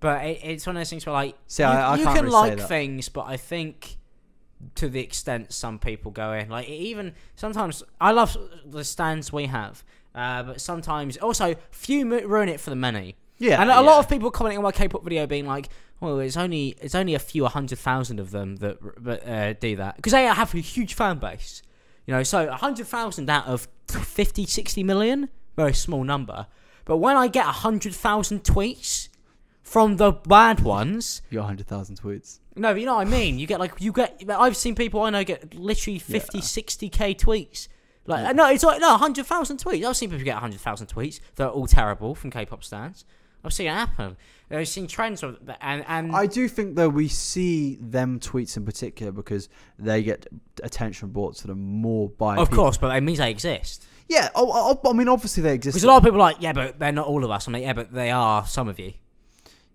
but it, it's one of those things where like
See,
you,
I- I
you
can't
can
really say
like
that.
things, but I think to the extent some people go in, like it even sometimes I love the stands we have, uh, but sometimes also few mu- ruin it for the many.
Yeah,
and a lot
yeah.
of people commenting on my K-pop video being like, "Well, it's only it's only a few hundred thousand of them that r- that uh, do that because they have a huge fan base, you know. So hundred thousand out of 50, 60 million, very small number. But when I get hundred thousand tweets from the bad ones,
Your hundred thousand tweets.
no, but you know what I mean. You get like you get. I've seen people I know get literally 50,
Yeah.
60 k tweets. Like no, it's like no hundred thousand tweets. I've seen people get hundred thousand tweets. They're all terrible from K-pop stands. I've seen it happen. I've seen trends of and and
I do think though we see them tweets in particular because they get attention brought to them more by.
of
people.
course, but it means they exist.
Yeah. Oh, oh, oh, I mean, obviously they exist.
Because a lot of people are like, yeah, but they're not all of us. I'm like, yeah, but they are some of you.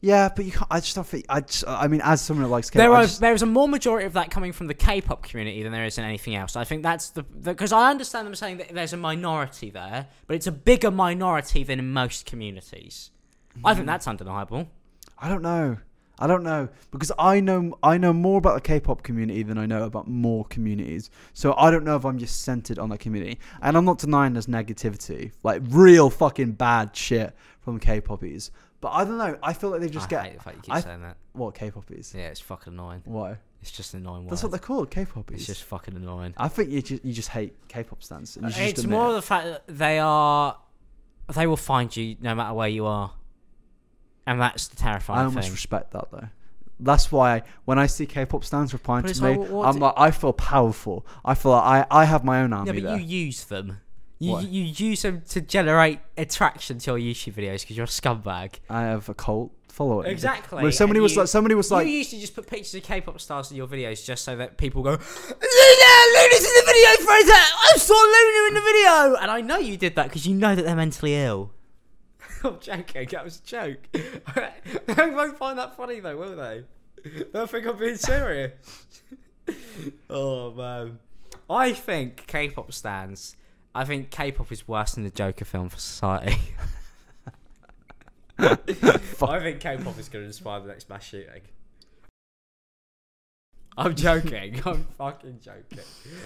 yeah, but you can't. I just don't think. I, just, I mean, as someone that likes K-pop,
There
I
are
just-
there is a more majority of that coming from the K-pop community than there is in anything else. I think that's the because I understand them saying that there's a minority there, but it's a bigger minority than in most communities. I
Mm-hmm.
think that's undeniable.
I don't know. I don't know because I know I know more about the K-pop community than I know about more communities. So I don't know if I'm just centered on that community, and I'm not denying there's negativity, like real fucking bad shit from K-poppies. But I don't know. I feel like they just
I
get
hate the fact you keep
I-
saying that.
what K-poppies.
Yeah, it's fucking annoying.
Why?
It's just an annoying
That's
word.
what they're called,
It's
K-poppies.
just fucking annoying.
I think you just, you just hate K-pop stands. and you should
It's
just
more
admit it.
the fact that they are they will find you no matter where you are, and that's the
I
terrifying
almost
thing.
respect that though. That's why when I see K-pop stands replying
But it's
to me,
like, what- what
I'm
do-
like, I feel powerful. I feel like I, I have my own
Yeah,
army
but
there.
you use them. You,
Why?
you use them to generate attraction to your YouTube videos because you're a scumbag.
I have a cult following.
Exactly,
Where somebody
and
was
you-
like, somebody was like,
you used to just put pictures of K-pop stars in your videos just so that people go, Luna, Luna's in the video, Fraser. I saw Luna in the video, and I know you did that because you know that they're mentally ill. [laughs] I'm joking. That was a joke. [laughs] they won't find that funny though, will they? They'll think I'm being serious. [laughs] oh man, I think K-pop stands. I think K-pop is worse than the Joker film for society. [laughs] I think K-pop is going to inspire the next mass shooting. I'm joking. [laughs] I'm fucking joking.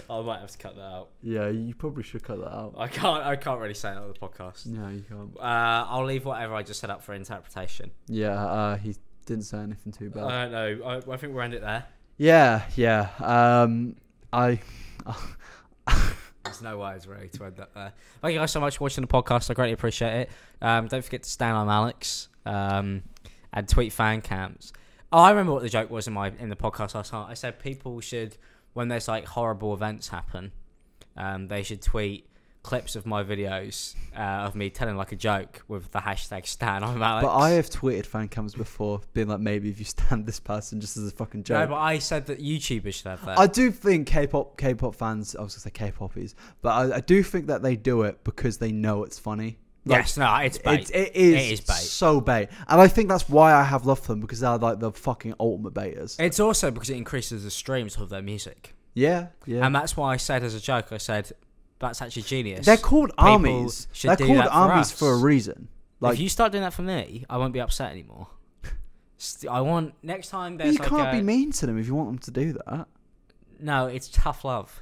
I might have to cut that out.
yeah, you probably should cut that out.
I can't. I can't really say that on the podcast.
No, you can't.
Uh, I'll leave whatever I just set up for interpretation.
Yeah, uh, he didn't say anything too bad.
I don't know. I, I think we'll end it there.
yeah, yeah. Um, I.
There's no way it's ready to end that there. Thank you guys so much for watching the podcast. I greatly appreciate it. Um, don't forget to stand on Alex um, and tweet fan cams. Oh, I remember what the joke was in my in the podcast last night. I said people should when there's like horrible events happen, um, they should tweet clips of my videos uh, of me telling like a joke with the hashtag Stan on Alex.
But I have tweeted fan cams before, being like, maybe if you stand this person just as a fucking joke.
no, but I said that YouTubers should have that.
I do think K-pop K-pop fans, I was gonna say K-poppies, but I, I do think that they do it because they know it's funny. Like,
yes, no, it's bait.
It's, it is,
It is bait.
so bait, and I think that's why I have loved them because they're like the fucking ultimate baiters.
it's also because it increases the streams of their music.
yeah, yeah.
And that's why I said as a joke, I said, that's actually genius.
they're called
People
armies.
should
They're
do
called
that for
armies
us.
for a reason. Like
if you start doing that for me, I won't be upset anymore. St- I want next time
but
there's
you
like
can't be
a-
mean to them if you want them to do that.
No, it's tough love.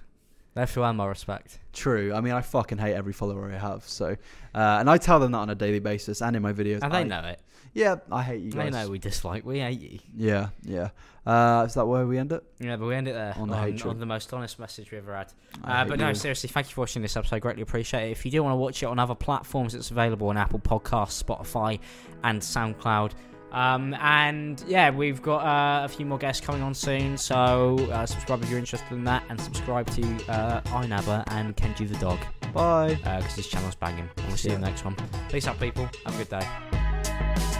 Therefore, and my respect.
True. I mean, I fucking hate every follower I have. So, uh, and I tell them that on a daily basis and in my videos.
And
I-
they know it.
Yeah, I hate you
They
guys.
know we dislike. We hate you.
Yeah, yeah. Uh, is that where we end it?
Yeah, but we end it there
On the hatred.
on the most honest message we ever had.
I
Uh,
hate
but no,
you.
seriously, thank you for watching this episode. I greatly appreciate it. If you do want to watch it on other platforms, it's available on Apple Podcasts, Spotify, and SoundCloud. Um, and yeah, we've got uh, a few more guests coming on soon. So uh, subscribe if you're interested in that, and subscribe to uh, iNabba and Kenji the dog uh,
Bye.
because this channel's banging. And we'll see you in the next one. Peace out, people. Have a good day.